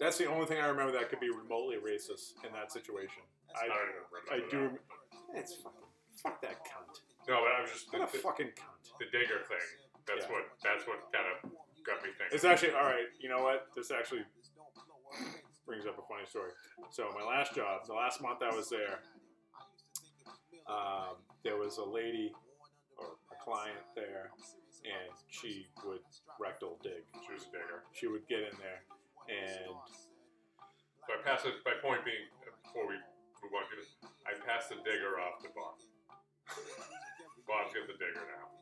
[SPEAKER 2] That's the only thing I remember that could be remotely racist in that situation.
[SPEAKER 3] I
[SPEAKER 2] I
[SPEAKER 3] don't even remember.
[SPEAKER 2] I
[SPEAKER 3] that.
[SPEAKER 2] do. rem- It's fucking fuck that cunt.
[SPEAKER 3] No, but I was just the,
[SPEAKER 2] What a
[SPEAKER 3] the-
[SPEAKER 2] fucking cunt.
[SPEAKER 3] the digger thing. That's
[SPEAKER 2] Yeah.
[SPEAKER 3] what that's what kind of got me thinking.
[SPEAKER 2] It's actually all right. You know what? This actually brings up a funny story. So my last job, the last month I was there, um, there was a lady or a client there, and she would rectal dig.
[SPEAKER 3] She was a digger.
[SPEAKER 2] She would get in there, and
[SPEAKER 3] So I passed it. My point being, uh, before we move on, to this, I passed the digger off to Bob. Bob's got the digger now,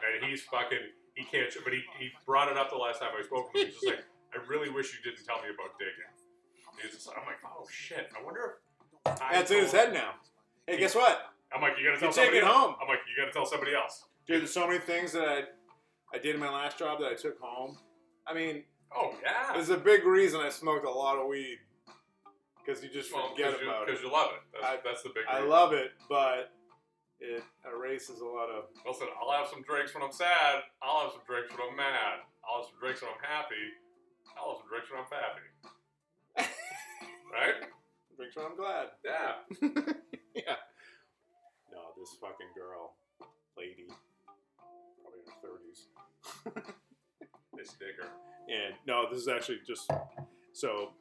[SPEAKER 3] and he's fucking. He can't. But he, he brought it up the last time I spoke to him. He's just like, I really wish you didn't tell me about digging. He's just, I'm like, oh shit. I wonder. If I
[SPEAKER 2] that's in his
[SPEAKER 3] told-"
[SPEAKER 2] head now. Hey, guess what?
[SPEAKER 3] I'm like, you gotta
[SPEAKER 2] You
[SPEAKER 3] tell
[SPEAKER 2] take
[SPEAKER 3] somebody
[SPEAKER 2] it
[SPEAKER 3] else."
[SPEAKER 2] home.
[SPEAKER 3] I'm like, you gotta tell somebody else.
[SPEAKER 2] Dude, there's so many things that I, I did in my last job that I took home. I mean,
[SPEAKER 3] Oh yeah.
[SPEAKER 2] there's a big reason I smoked a lot of weed, because you just
[SPEAKER 3] Well,
[SPEAKER 2] forget
[SPEAKER 3] you,
[SPEAKER 2] about it.
[SPEAKER 3] you love it. That's,
[SPEAKER 2] I-
[SPEAKER 3] that's the big.
[SPEAKER 2] I
[SPEAKER 3] reason.
[SPEAKER 2] love it, but it erases a lot of.
[SPEAKER 3] Listen, I'll have some drinks when I'm sad. I'll have some drinks when I'm mad. I'll have some drinks when I'm happy. I'll have some drinks when I'm happy. right?
[SPEAKER 2] Drinks when I'm glad.
[SPEAKER 3] Yeah.
[SPEAKER 2] No, this fucking girl, lady, probably in her thirties.
[SPEAKER 3] This digger.
[SPEAKER 2] And no, this is actually just so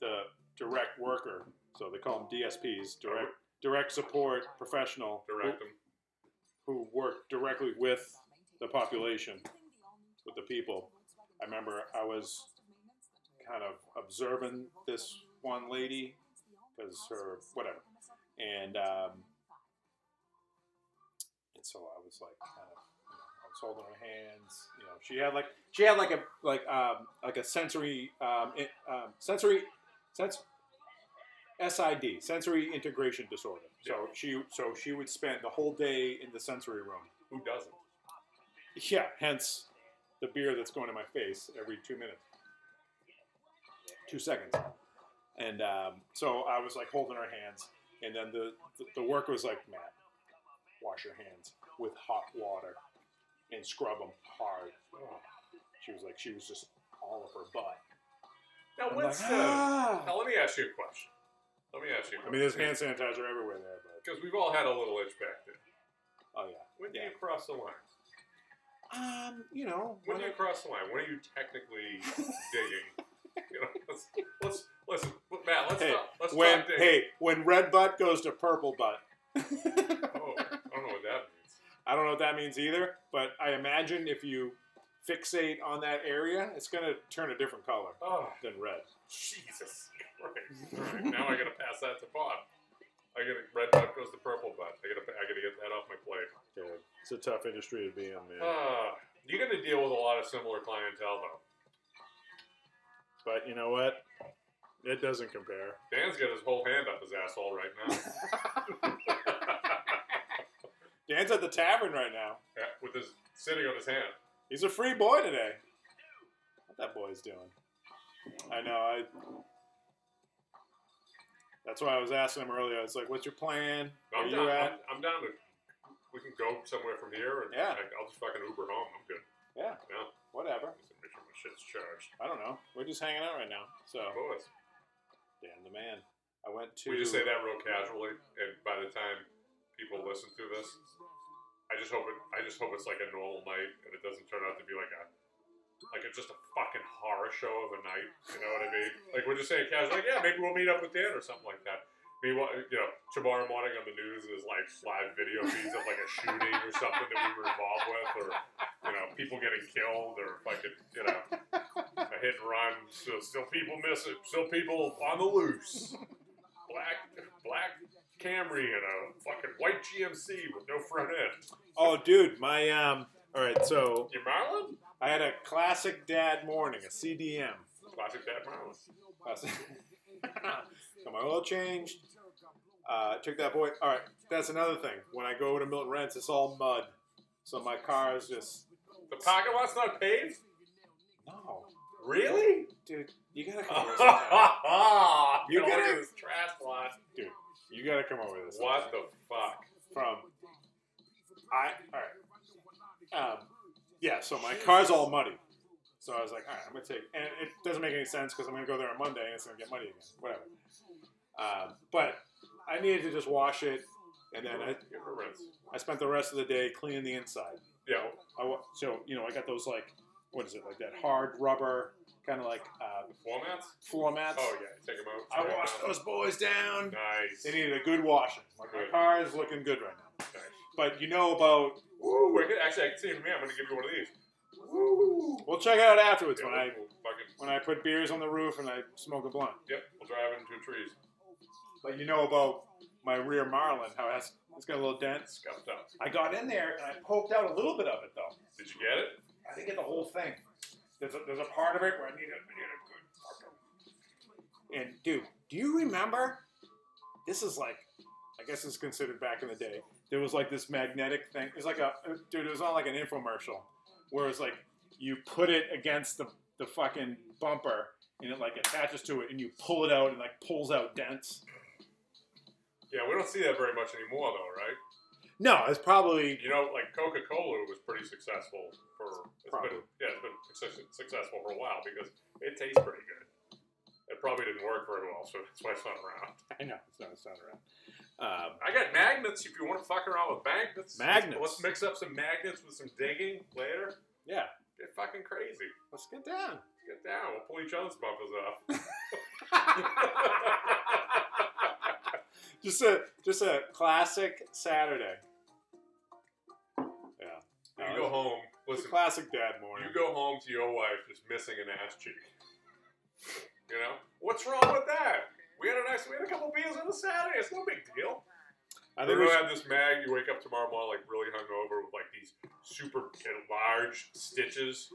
[SPEAKER 2] the direct worker. So they call them DSPs, direct direct support professional,
[SPEAKER 3] Direct him.
[SPEAKER 2] who, who work directly with the population, with the people. I remember I was kind of observing this one lady because her whatever, and um, and so I was like kind of. you know, I was Holding her hands, you know, she had like she had like a like um like a sensory um, it, um sensory sense SID, sensory integration disorder. So she so she would spend the whole day in the sensory room.
[SPEAKER 3] Who doesn't?
[SPEAKER 2] Yeah, hence the beer that's going to my face every two minutes, two seconds. And um, so I was like holding her hands, and then the, the the work was like, Matt, wash your hands with hot water, and scrub them hard. She was like, she was just all of her butt.
[SPEAKER 3] Now,
[SPEAKER 2] I'm
[SPEAKER 3] what's
[SPEAKER 2] like,
[SPEAKER 3] the.
[SPEAKER 2] "Ah."
[SPEAKER 3] Now, let me ask you a question. Let me ask you a
[SPEAKER 2] I
[SPEAKER 3] question.
[SPEAKER 2] mean, there's hand sanitizer everywhere there, but
[SPEAKER 3] Because we've all had a little itch back then.
[SPEAKER 2] oh yeah.
[SPEAKER 3] When do
[SPEAKER 2] Yeah.
[SPEAKER 3] you cross the line?
[SPEAKER 2] Um, you know,
[SPEAKER 3] When do
[SPEAKER 2] when
[SPEAKER 3] you cross the line? When are you technically digging? You know, let's, let's listen, Matt. Let's
[SPEAKER 2] Hey,
[SPEAKER 3] stop. Let's
[SPEAKER 2] when
[SPEAKER 3] stop digging.
[SPEAKER 2] hey, when red butt goes to purple butt.
[SPEAKER 3] Oh, I don't know what that means.
[SPEAKER 2] I don't know what that means either, but I imagine if you fixate on that area, it's gonna turn a different color
[SPEAKER 3] Oh,
[SPEAKER 2] than red.
[SPEAKER 3] Jesus Christ! All right, now I gotta pass that to Bob. I gotta red butt goes to purple butt. I gotta I gotta get that off my plate.
[SPEAKER 2] Dude, it's a tough industry to be in, man.
[SPEAKER 3] Ah, you're gonna deal with a lot of similar clientele though.
[SPEAKER 2] but you know what? It doesn't compare.
[SPEAKER 3] Dan's got his whole hand up his asshole right now.
[SPEAKER 2] Dan's at the tavern right now.
[SPEAKER 3] Yeah, with his sitting on his hand.
[SPEAKER 2] He's a free boy today. What that boy's doing? I know. I. That's why I was asking him earlier. I was like, "What's your plan? Where
[SPEAKER 3] No, I'm
[SPEAKER 2] you
[SPEAKER 3] down. I'm,
[SPEAKER 2] at?"
[SPEAKER 3] I'm down to. We can go somewhere from here, and
[SPEAKER 2] Yeah.
[SPEAKER 3] I, I'll just fucking Uber home. I'm good.
[SPEAKER 2] Yeah,
[SPEAKER 3] Yeah.
[SPEAKER 2] whatever.
[SPEAKER 3] Just make sure my shit's charged.
[SPEAKER 2] I don't know. We're just hanging out right now. So
[SPEAKER 3] Boys,
[SPEAKER 2] Dan the man. I went to.
[SPEAKER 3] we just say that real casually, and by the time people listen to this, I just hope it. I just hope it's like a normal night, and it doesn't turn out to be like a. Like it's just a fucking horror show of a night, you know what I mean? Like we're just saying casually, like yeah, maybe we'll meet up with Dan or something like that. Meanwhile, you know, tomorrow morning on the news is like live video feeds of like a shooting or something that we were involved with, or you know, people getting killed or fucking, you know, a hit and run. Still, still people missing. Still people on the loose. Black, black Camry and a fucking white GMC with no front end.
[SPEAKER 2] Oh, dude, my um. All right, so
[SPEAKER 3] You Marlin?
[SPEAKER 2] I had a classic dad morning, a CDM.
[SPEAKER 3] Classic Dad Marlin.
[SPEAKER 2] Classic. Got my oil changed. Uh, took that boy. All right, that's another thing. When I go to Milton Rents, it's all mud, so my car is just
[SPEAKER 3] The parking lot's not paved.
[SPEAKER 2] no.
[SPEAKER 3] Really?
[SPEAKER 2] Dude, you gotta
[SPEAKER 3] you
[SPEAKER 2] come over sometime.
[SPEAKER 3] gotta
[SPEAKER 2] You
[SPEAKER 3] look
[SPEAKER 2] gotta-
[SPEAKER 3] at this trash lot.
[SPEAKER 2] Dude, you gotta come over this.
[SPEAKER 3] What the fuck?
[SPEAKER 2] From I all right. Um, yeah. So my car's all muddy. So I was like, all right, I'm gonna take. And it doesn't make any sense because I'm gonna go there on Monday and it's gonna get muddy again. Whatever. Um, but I needed to just wash it, and then I
[SPEAKER 3] Give her a rinse.
[SPEAKER 2] I spent the rest of the day cleaning the inside.
[SPEAKER 3] Yeah.
[SPEAKER 2] I wa- so you know I got those like what is it like that hard rubber kind of like uh,
[SPEAKER 3] Formats?
[SPEAKER 2] floor mats.
[SPEAKER 3] Oh yeah. Take them out.
[SPEAKER 2] I
[SPEAKER 3] Take 'em
[SPEAKER 2] washed
[SPEAKER 3] out.
[SPEAKER 2] those boys down.
[SPEAKER 3] Nice.
[SPEAKER 2] They needed a good washing. Like my
[SPEAKER 3] Good.
[SPEAKER 2] car is looking good right now.
[SPEAKER 3] nice.
[SPEAKER 2] But you know about
[SPEAKER 3] Ooh, we're good. Actually, I can see it in me. I'm gonna give you one of these.
[SPEAKER 2] we'll check it out afterwards
[SPEAKER 3] Yeah,
[SPEAKER 2] when I
[SPEAKER 3] we'll fucking,
[SPEAKER 2] when I put beers on the roof and I smoke a blunt.
[SPEAKER 3] yep, we'll drive into trees.
[SPEAKER 2] But you know about my rear Marlin, how it has it's got a little dent.
[SPEAKER 3] Scuffed up.
[SPEAKER 2] I got in there and I poked out a little bit of it though.
[SPEAKER 3] Did you get it?
[SPEAKER 2] I didn't get the whole thing. There's a, there's a part of it where I need a, I need a good fucking. And dude, do you remember? This is like, I guess it's considered back in the day. There was like this magnetic thing. It's like a uh, dude. It was on like an infomercial, where it's like you put it against the the fucking bumper and it like attaches to it and you pull it out and like pulls out dents.
[SPEAKER 3] Yeah, we don't see that very much anymore, though, right?
[SPEAKER 2] No, it's probably
[SPEAKER 3] You know, like Coca Cola was pretty successful for. It's been,
[SPEAKER 2] Probably.
[SPEAKER 3] yeah, it's been success, successful for a while because it tastes pretty good. It probably didn't work very well, so that's why it's not around.
[SPEAKER 2] I know it's not it's not around. Um,
[SPEAKER 3] I got magnets. If you want to fuck around with magnets,
[SPEAKER 2] Magnets.
[SPEAKER 3] Let's mix up some magnets with some digging later.
[SPEAKER 2] yeah,
[SPEAKER 3] Get fucking crazy.
[SPEAKER 2] let's get down.
[SPEAKER 3] Get down. We'll pull each other's bumpers off.
[SPEAKER 2] just a just a classic Saturday. Yeah.
[SPEAKER 3] you go home.
[SPEAKER 2] It's a
[SPEAKER 3] Listen,
[SPEAKER 2] classic dad morning.
[SPEAKER 3] You go home to your wife just missing an ass cheek. You know? What's wrong with that? We had a nice, we had a couple beers on a Saturday. It's no big deal.
[SPEAKER 2] I
[SPEAKER 3] I think
[SPEAKER 2] think
[SPEAKER 3] we
[SPEAKER 2] we should-
[SPEAKER 3] have this mag. You wake up tomorrow morning like really hungover with like these super large stitches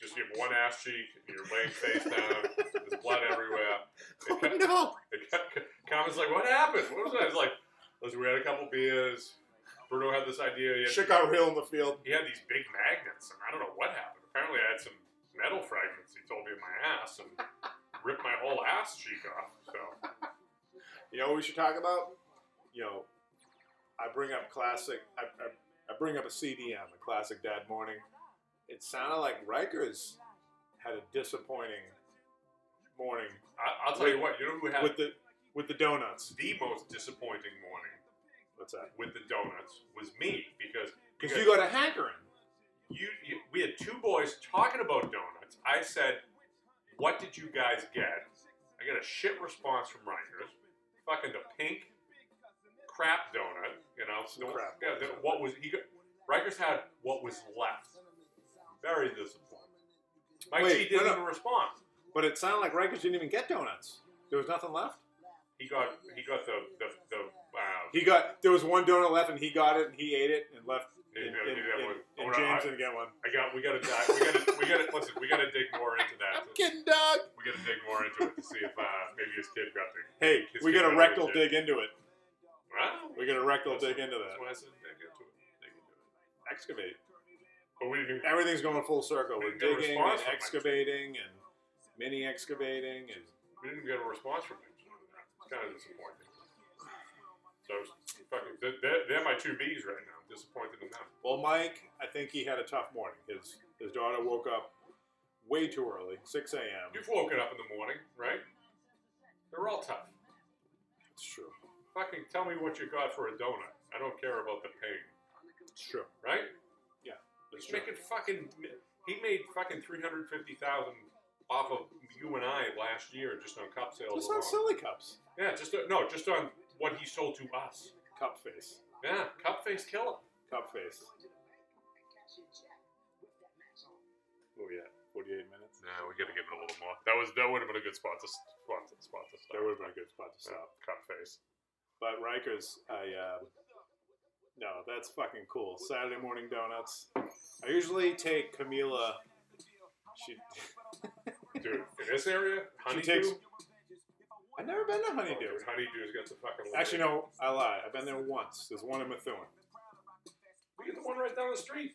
[SPEAKER 3] Just you have one ass cheek, you're laying face down, there's blood everywhere. They
[SPEAKER 1] Oh,
[SPEAKER 3] kept,
[SPEAKER 1] no.
[SPEAKER 3] they kept, Common's like, what happened? What was that? It's like, listen, we had a couple beers. Bruno had this idea. He had,
[SPEAKER 2] Shit got real in the field.
[SPEAKER 3] he had these big magnets, and I don't know what happened. Apparently, I had some metal fragments. He told me in my ass and ripped my whole ass cheek off. So
[SPEAKER 2] You know what we should talk about? You know, I bring up classic. I, I, I bring up a CDM, a classic Dad Morning. It sounded like Rikers had a disappointing morning
[SPEAKER 3] I, I'll tell you what. You know who had
[SPEAKER 2] with the with the donuts.
[SPEAKER 3] the most disappointing morning
[SPEAKER 2] What's that?
[SPEAKER 3] with the donuts was me because
[SPEAKER 2] Because you go to hankering.
[SPEAKER 3] you, you we had two boys talking about donuts. I said, "What did you guys get?" I got a shit response from Rikers. Fucking the pink crap donut, you know.
[SPEAKER 2] Some
[SPEAKER 3] the-
[SPEAKER 2] crap
[SPEAKER 3] yeah, the- what was he? Got, Rikers had what was left. Very disappointing. My
[SPEAKER 2] Wait,
[SPEAKER 3] G didn't
[SPEAKER 2] no, no.
[SPEAKER 3] even respond.
[SPEAKER 2] But it sounded like Rikers didn't even get donuts. There was nothing left.
[SPEAKER 3] He got he got the the, the uh,
[SPEAKER 2] He got there was one donut left, and he got it, and he ate it, and left.
[SPEAKER 3] Yeah,
[SPEAKER 2] And,
[SPEAKER 3] you gotta
[SPEAKER 2] and-
[SPEAKER 3] do that
[SPEAKER 2] and-
[SPEAKER 3] one.
[SPEAKER 2] and
[SPEAKER 3] Hold on,
[SPEAKER 2] James
[SPEAKER 3] I-
[SPEAKER 2] didn't get one.
[SPEAKER 3] I got. We gotta dive. We gotta. We gotta. Listen. We gotta dig more into that.
[SPEAKER 2] kidding, dog.
[SPEAKER 3] We gotta dig more into it to see if uh, maybe his kid got the.
[SPEAKER 2] Hey,
[SPEAKER 3] his
[SPEAKER 2] we
[SPEAKER 3] kid
[SPEAKER 2] got a
[SPEAKER 3] got
[SPEAKER 2] rectal
[SPEAKER 3] the-
[SPEAKER 2] dig into it.
[SPEAKER 3] Well,
[SPEAKER 2] We got a rectal dig into that.
[SPEAKER 3] That's why I said dig into it. Dig into it.
[SPEAKER 2] Excavate.
[SPEAKER 3] But we didn't. even-
[SPEAKER 2] Everything's going full circle. We're
[SPEAKER 3] Didn't
[SPEAKER 2] digging
[SPEAKER 3] get a
[SPEAKER 2] and
[SPEAKER 3] response from my-
[SPEAKER 2] excavating and mini excavating and
[SPEAKER 3] We didn't get a response from him. It's kind of disappointing. So it's fucking. They're, they're- they're my two B's right now. I'm disappointed in them.
[SPEAKER 2] well, Mike, I think he had a tough morning. His his daughter woke up way too early, six a.m.
[SPEAKER 3] You've woken up in the morning, right? They're all tough.
[SPEAKER 2] It's true.
[SPEAKER 3] Fucking tell me what you got for a donut. I don't care about the pain,
[SPEAKER 2] It's true.
[SPEAKER 3] right?
[SPEAKER 2] It's
[SPEAKER 3] He's
[SPEAKER 2] true.
[SPEAKER 3] making fucking. He made fucking three hundred fifty thousand off of you and I last year just on cup sales
[SPEAKER 2] Just
[SPEAKER 3] alone.
[SPEAKER 2] on silly cups.
[SPEAKER 3] yeah, just uh, no, just on what he sold to us.
[SPEAKER 2] Cup face.
[SPEAKER 3] Yeah, cup face killer.
[SPEAKER 2] Cup face. Oh yeah, forty-eight minutes.
[SPEAKER 3] Nah, we got to give it a little more. That was that would have been a good spot to s- spot to, spot to stop.
[SPEAKER 2] That would have been a good spot to
[SPEAKER 3] Yeah,
[SPEAKER 2] stop.
[SPEAKER 3] cup face.
[SPEAKER 2] But Rikers, I um, no, that's fucking cool. Saturday morning donuts. I usually take Camila. She
[SPEAKER 3] Dude, in this area, honeydew.
[SPEAKER 2] takes- I've never been to
[SPEAKER 3] oh,
[SPEAKER 2] Honeydew.
[SPEAKER 3] dude, honeydew's got the fucking.
[SPEAKER 2] Actually, no, I lie. I've been there once. There's one in Methuen.
[SPEAKER 3] We get the one right down the street.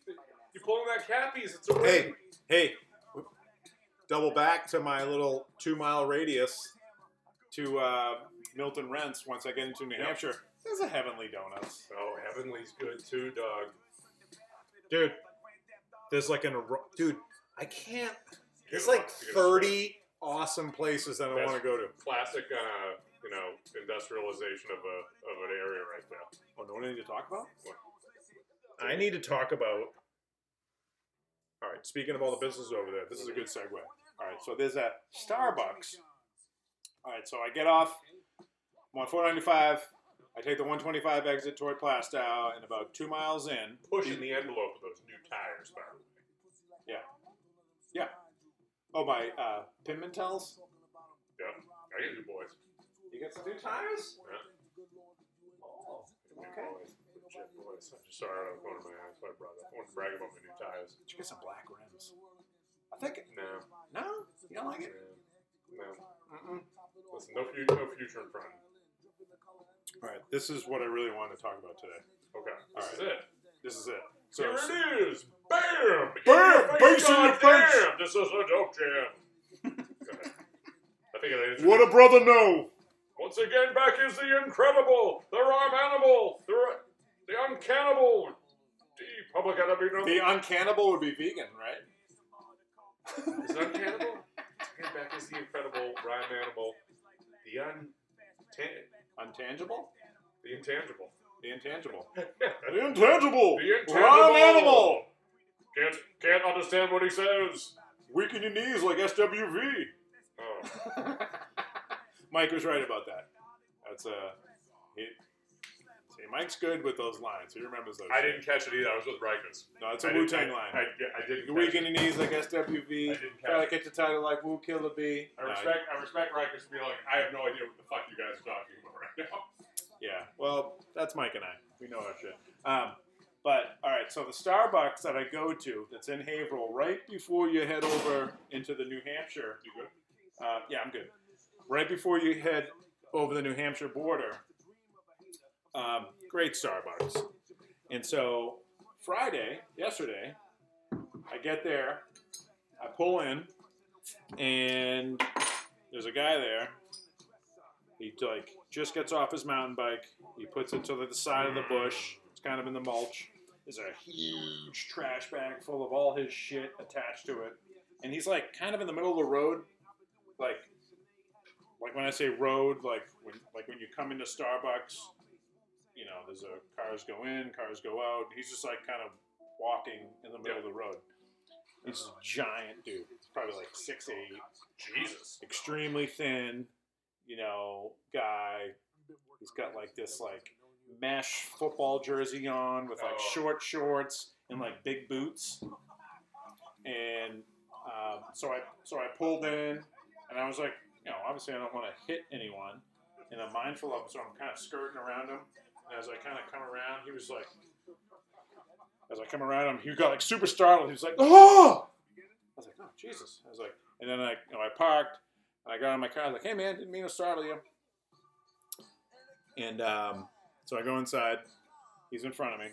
[SPEAKER 3] You pull in that cappies, it's a ring.
[SPEAKER 2] Hey, hey, double back to my little two mile radius to uh, Milton Rents once I get into New
[SPEAKER 3] Yep.
[SPEAKER 2] Hampshire. There's a Heavenly Donuts.
[SPEAKER 3] Oh, Heavenly's good too, dog.
[SPEAKER 2] Dude, there's like an. ar- Dude, I can't.
[SPEAKER 3] You're
[SPEAKER 2] There's
[SPEAKER 3] gonna
[SPEAKER 2] like
[SPEAKER 3] want- you're gonna-
[SPEAKER 2] 30 awesome places that I
[SPEAKER 3] That's-
[SPEAKER 2] want to go to.
[SPEAKER 3] classic, uh, you know, industrialization of a of an area right there.
[SPEAKER 2] Oh, no one need to talk about?
[SPEAKER 3] What?
[SPEAKER 2] I need to talk about. All right, speaking of all the businesses over there, this is a good segue. All right, so there's a Starbucks. All right, so I get off. I'm on 495. I take the 125 exit toward Plastow, and about two miles in,
[SPEAKER 3] Pushing the envelope of those new tires, by the way.
[SPEAKER 2] yeah, yeah. Oh, my uh, Pimentels.
[SPEAKER 3] Yeah, I get you boys.
[SPEAKER 2] You got some new tires?
[SPEAKER 3] Yeah.
[SPEAKER 2] Oh,
[SPEAKER 3] Okay. Legit boys. I'm just sorry I was going to my ass. I brought up. I wanted to brag about my new tires.
[SPEAKER 2] Did you get some black rims? I think.
[SPEAKER 3] No,
[SPEAKER 2] No, you don't like it.
[SPEAKER 3] no.
[SPEAKER 2] Mm-mm.
[SPEAKER 3] Listen, no future, no future in front.
[SPEAKER 2] All right, this is what I really wanted to talk about today.
[SPEAKER 3] Okay,
[SPEAKER 2] All
[SPEAKER 3] this
[SPEAKER 2] right.
[SPEAKER 3] is it.
[SPEAKER 2] This is it. So,
[SPEAKER 3] Here it is. Bam!
[SPEAKER 2] Bam! Bass in your
[SPEAKER 3] goddamn!
[SPEAKER 2] face!
[SPEAKER 3] This is a dope jam. Go ahead. I think I
[SPEAKER 2] what a brother no!
[SPEAKER 3] Once again, back is the incredible, the raw animal, the, ra- the uncannibal, the public enemy number.
[SPEAKER 2] The uncannibal would be vegan, right?
[SPEAKER 3] is it uncannibal? Again, back is the incredible rhyme animal, the un, tan-
[SPEAKER 2] Untangible?
[SPEAKER 3] the intangible.
[SPEAKER 2] The intangible.
[SPEAKER 3] can't,
[SPEAKER 2] The intangible!
[SPEAKER 3] The intangible!
[SPEAKER 2] Rhyme animal!
[SPEAKER 3] can't understand what he says.
[SPEAKER 2] Weaken your knees like SWV.
[SPEAKER 3] Oh,
[SPEAKER 2] Mike was right about that. That's a. Uh, he- See, Mike's good with those lines. He remembers those.
[SPEAKER 3] I didn't catch it either. I was with Rikers.
[SPEAKER 2] No, it's
[SPEAKER 3] I
[SPEAKER 2] a
[SPEAKER 3] didn't-
[SPEAKER 2] Wu Tang
[SPEAKER 3] I-
[SPEAKER 2] line.
[SPEAKER 3] I, yeah, I didn't.
[SPEAKER 2] you
[SPEAKER 3] catch
[SPEAKER 2] weaken
[SPEAKER 3] it.
[SPEAKER 2] your knees like
[SPEAKER 3] I
[SPEAKER 2] SWV.
[SPEAKER 3] didn't
[SPEAKER 2] Try
[SPEAKER 3] catch
[SPEAKER 2] to catch the title like Woo Killer B.
[SPEAKER 3] I respect. I respect Rikers for being like, I have no idea what the fuck you guys are talking about right now.
[SPEAKER 2] Yeah, well, that's Mike and I. We know our shit. Um, But all right, so the Starbucks that I go to, that's in Haverhill, right before you head over into the New Hampshire.
[SPEAKER 3] You good?
[SPEAKER 2] Uh, yeah, I'm good. Right before you head over the New Hampshire border, um, great Starbucks. And so Friday, yesterday, I get there, I pull in, and there's a guy there. He like just gets off his mountain bike. He puts it to the side of the bush. It's kind of in the mulch. There's a huge trash bag full of all his shit attached to it, and he's like kind of in the middle of the road, like like when I say road, like when like when you come into Starbucks, you know, there's a cars go in, cars go out. He's just like kind of walking in the middle of the road. He's a giant dude. He's probably like six eight,
[SPEAKER 3] Jesus.
[SPEAKER 2] extremely thin, you know, guy. He's got like this like mesh football jersey on with like
[SPEAKER 3] Oh.
[SPEAKER 2] short shorts and like big boots. And um, so I so I pulled in, and I was like, you know, obviously I don't want to hit anyone, and I'm mindful of him, so I'm kind of skirting around him. And as I kind of come around, he was like, as I come around him, he got like super startled. He was like, oh! I was like, oh Jesus! I was like, and then I you know I parked, and I got in my car. I was like, hey man, didn't mean to startle you. And um, so I go inside. He's in front of me,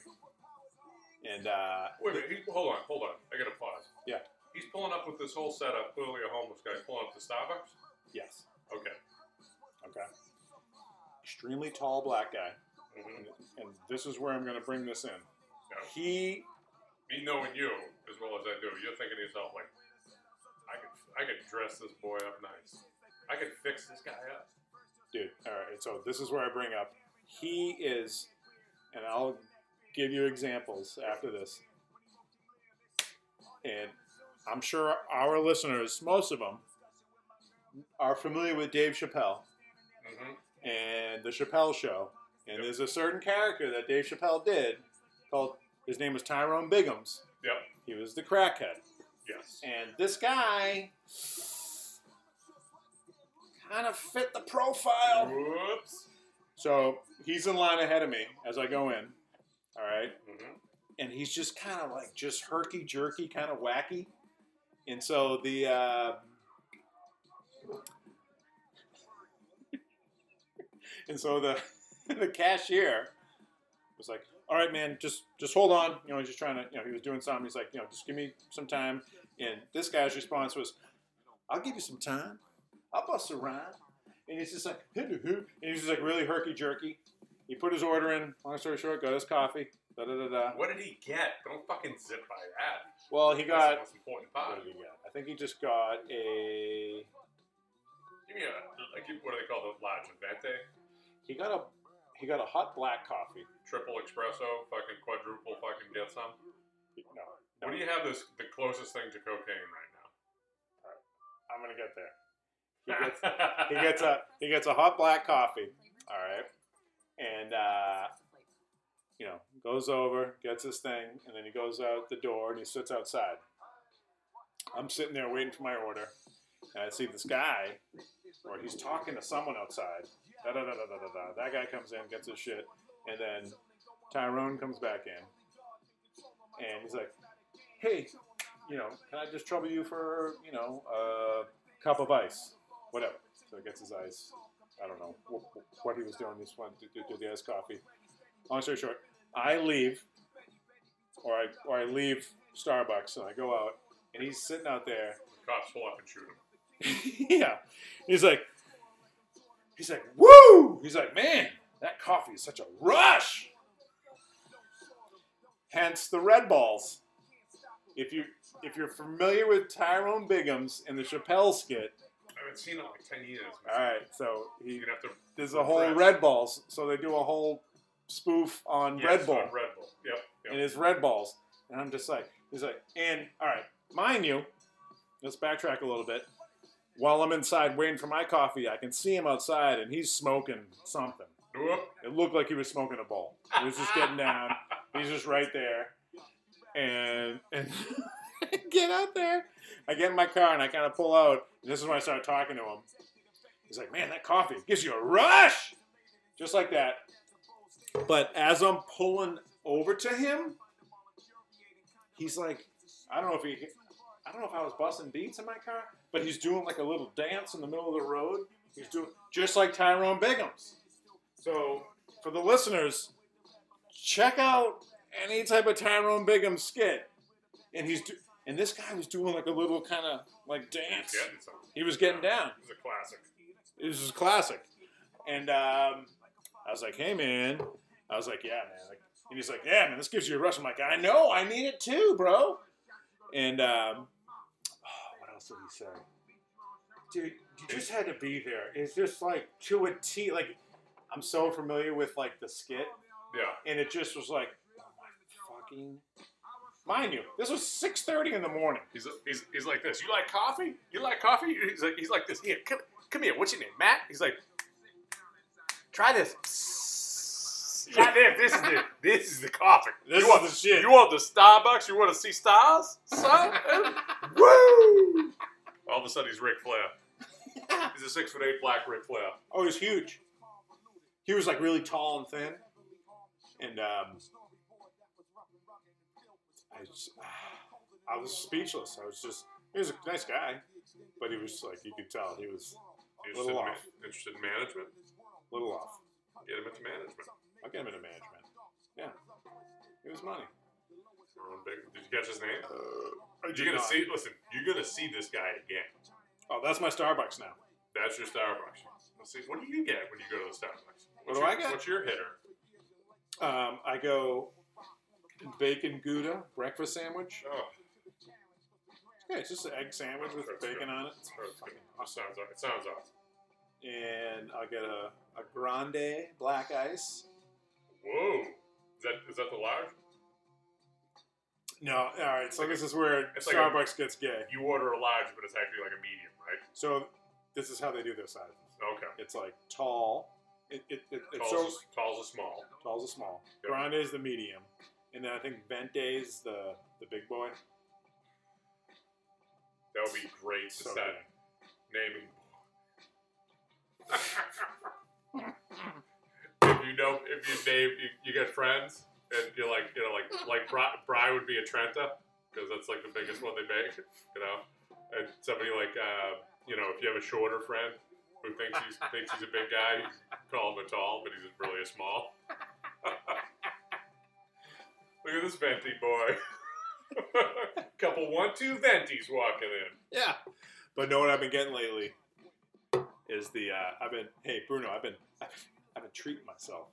[SPEAKER 2] and uh,
[SPEAKER 3] Wait a minute. He, hold on, hold on. I gotta pause.
[SPEAKER 2] Yeah.
[SPEAKER 3] He's pulling up with this whole setup. Clearly a homeless guy pulling up to Starbucks.
[SPEAKER 2] yes,
[SPEAKER 3] Okay.
[SPEAKER 2] okay, extremely tall black guy.
[SPEAKER 3] hmm
[SPEAKER 2] and, and this is where I'm going to bring this in.
[SPEAKER 3] Yeah.
[SPEAKER 2] He,
[SPEAKER 3] Me knowing you as well as I do, you're thinking to yourself like, I could I could dress this boy up nice. I could fix this guy up.
[SPEAKER 2] dude. All right, so this is where I bring up. He is, and I'll give you examples after this. And I'm sure our listeners, most of them, are familiar with Dave Chappelle
[SPEAKER 3] Mm-hmm.
[SPEAKER 2] and the Chappelle Show. And
[SPEAKER 3] Yep.
[SPEAKER 2] there's a certain character that Dave Chappelle did called. His name was Tyrone Biggums.
[SPEAKER 3] Yep.
[SPEAKER 2] He was the crackhead.
[SPEAKER 3] Yes.
[SPEAKER 2] And this guy kind of fit the profile.
[SPEAKER 3] Whoops.
[SPEAKER 2] So he's in line ahead of me as I go in. All right.
[SPEAKER 3] Mm-hmm.
[SPEAKER 2] And he's just kind of like just herky jerky, kind of wacky. And so the. Uh, and so the the cashier was like, "All right, man, just just hold on." You know, he's just trying to. You know, he was doing something. He's like, "You know, just give me some time." And this guy's response was, "I'll give you some time. I'll bust a rhyme." And he's just like, and he's just like really herky jerky. He put his order in. Long story short, got his coffee. Da da da da.
[SPEAKER 3] What did he get? Don't fucking zip by that.
[SPEAKER 2] Well, he
[SPEAKER 3] That's the
[SPEAKER 2] got.
[SPEAKER 3] most important
[SPEAKER 2] What
[SPEAKER 3] part.
[SPEAKER 2] did he get? I think he just got a.
[SPEAKER 3] Give me a like. What do they call the large vente?
[SPEAKER 2] He got a. He got a hot black coffee.
[SPEAKER 3] Triple espresso, fucking quadruple, fucking get some.
[SPEAKER 2] No. no.
[SPEAKER 3] What do you have? This the closest thing to cocaine right now.
[SPEAKER 2] I'm gonna get there. He gets, he gets a he gets a hot black coffee. All right, and uh, you know goes over, gets his thing, and then he goes out the door and he sits outside. I'm sitting there waiting for my order, and I see this guy, or he's talking to someone outside. Da, da, da, da, da, da, da. That guy comes in, gets his shit, and then Tyrone comes back in, and he's like, "Hey, you know, can I just trouble you for you know a cup of ice, whatever?" So he gets his ice. I don't know what, what he was doing. He just wanted to do, do the ice coffee. Long story short, I leave, or I or I leave Starbucks and I go out, and he's sitting out there.
[SPEAKER 3] Cops pull up and shoot him.
[SPEAKER 2] yeah, he's like, he's like, woo! He's like, man, that coffee is such a rush. Hence the red balls. If you if you're familiar with Tyrone Biggums and the Chappelle skit,
[SPEAKER 3] I haven't seen it in like ten years.
[SPEAKER 2] all
[SPEAKER 3] Man.
[SPEAKER 2] right, so he
[SPEAKER 3] You're gonna have to
[SPEAKER 2] there's a whole
[SPEAKER 3] Fresh.
[SPEAKER 2] Red Balls. So they do a whole spoof on
[SPEAKER 3] yes,
[SPEAKER 2] Red Bull,
[SPEAKER 3] on Red Bull. Yep.
[SPEAKER 2] and
[SPEAKER 3] yep.
[SPEAKER 2] it's Red Balls. And I'm just like, he's like, and all right, mind you, let's backtrack a little bit. While I'm inside waiting for my coffee, I can see him outside, and he's smoking something.
[SPEAKER 3] Whoop.
[SPEAKER 2] It looked like he was smoking a bowl. He was just getting down. He's just right there. And and get out there. I get in my car and I kind of pull out. And this is when I start talking to him. He's like, "Man, that coffee gives you a rush." Just like that. But as I'm pulling over to him, he's like, I don't know if he, I don't know if I was busting beats in my car, but he's doing like a little dance in the middle of the road. He's doing just like Tyrone Bigum's. So for the listeners, check out any type of Tyrone Bigum skit, and he's do, and this guy was doing like a little kind of like dance.
[SPEAKER 3] He's getting something.
[SPEAKER 2] He was getting down.
[SPEAKER 3] It was a classic.
[SPEAKER 2] This is classic. And um, I was like, hey, man. I was like, yeah, man. Like, and he's like, yeah, man, this gives you a rush. I'm like, I know, I need it too, bro. And um, oh, what else did he say? Dude, you just had to be there. It's just like to a T. Like, I'm so familiar with like the skit,
[SPEAKER 3] Yeah.
[SPEAKER 2] and it just was like, oh my fucking. Mind you, this was 6:30 in the morning.
[SPEAKER 3] He's, he's, he's like this. You like coffee? You like coffee? He's like he's like this. Here, come, come here. What's your name, Matt? He's like, try this. Try this. This is the this is the coffee.
[SPEAKER 2] This
[SPEAKER 3] you
[SPEAKER 2] is
[SPEAKER 3] want
[SPEAKER 2] the shit.
[SPEAKER 3] You want the Starbucks? You want to see stars, son? Woo! All of a sudden, he's Ric Flair. He's a six foot eight black Ric Flair.
[SPEAKER 2] Oh, he was huge. He was like really tall and thin. And um, I, was, I was speechless. I was just, he was a nice guy, but he was like, you could tell he was
[SPEAKER 3] He's
[SPEAKER 2] Little
[SPEAKER 3] interested, in,
[SPEAKER 2] off.
[SPEAKER 3] ma- interested in management.
[SPEAKER 2] a little off.
[SPEAKER 3] Get him into management.
[SPEAKER 2] I'll get him into management. Yeah. It was money.
[SPEAKER 3] Ron Big- Did you catch his name?
[SPEAKER 2] Uh, I did
[SPEAKER 3] You're gonna
[SPEAKER 2] not.
[SPEAKER 3] see. Listen, you're gonna see this guy again.
[SPEAKER 2] Oh, that's my Starbucks now.
[SPEAKER 3] That's your Starbucks. Let's see. What do you get when you go to the Starbucks?
[SPEAKER 2] What
[SPEAKER 3] What's
[SPEAKER 2] do
[SPEAKER 3] your,
[SPEAKER 2] I get?
[SPEAKER 3] What's your hitter?
[SPEAKER 2] Um, I go bacon Gouda breakfast sandwich.
[SPEAKER 3] Oh,
[SPEAKER 2] Yeah, it's just an egg sandwich with
[SPEAKER 3] That's
[SPEAKER 2] bacon
[SPEAKER 3] good.
[SPEAKER 2] on it.
[SPEAKER 3] it's hard to get. It sounds aw- it sounds awesome.
[SPEAKER 2] And I'll get a, a grande black ice.
[SPEAKER 3] Whoa. Is that is that the large?
[SPEAKER 2] No, all right. So this is where
[SPEAKER 3] It's like a-
[SPEAKER 2] Starbucks gets gay.
[SPEAKER 3] You order a large, but it's actually like a medium, right?
[SPEAKER 2] So this is how they do their sizes.
[SPEAKER 3] Okay.
[SPEAKER 2] It's like tall. It, it, it, it's so
[SPEAKER 3] Tall's, is, tall's is small.
[SPEAKER 2] tall's a small.
[SPEAKER 3] Yep.
[SPEAKER 2] Grande is the medium, and then I think vente is the the big boy.
[SPEAKER 3] That would be great to
[SPEAKER 2] So
[SPEAKER 3] start
[SPEAKER 2] good.
[SPEAKER 3] naming. if you know, if you name, you, you get friends, and you're like, you know, like like Bri, Bri would be a Trenta because that's like the biggest one they make, you know. And somebody like, uh, you know, if you have a shorter friend who thinks he's thinks he's a big guy, you call him a tall, but he's really a small. Look at this venti boy. Couple one two ventis walking in.
[SPEAKER 2] Yeah. But know what I've been getting lately is the uh, I've been hey Bruno I've been I've been treating myself.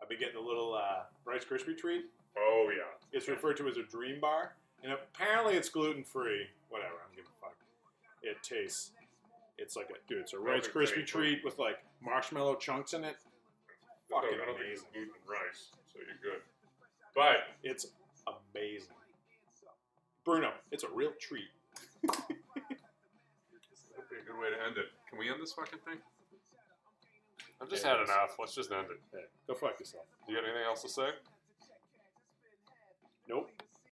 [SPEAKER 2] I've been getting a little uh, Rice Krispie treat.
[SPEAKER 3] Oh yeah.
[SPEAKER 2] It's referred to as a dream bar, and apparently it's gluten free. Whatever, I don't give a fuck. It tastes. It's like a dude. It's a Rice
[SPEAKER 3] Perfect
[SPEAKER 2] Krispie
[SPEAKER 3] taste.
[SPEAKER 2] treat with like marshmallow chunks in it. Fucking
[SPEAKER 3] I don't think it's
[SPEAKER 2] amazing.
[SPEAKER 3] gluten rice, so you're good. But
[SPEAKER 2] It's amazing. Bruno, it's a real treat.
[SPEAKER 3] that'd be a good way to end it. Can we end this fucking thing? I've
[SPEAKER 2] just had enough.
[SPEAKER 3] Let's just end it.
[SPEAKER 2] Hey, go fuck yourself.
[SPEAKER 3] Do you got anything else to say?
[SPEAKER 2] Nope.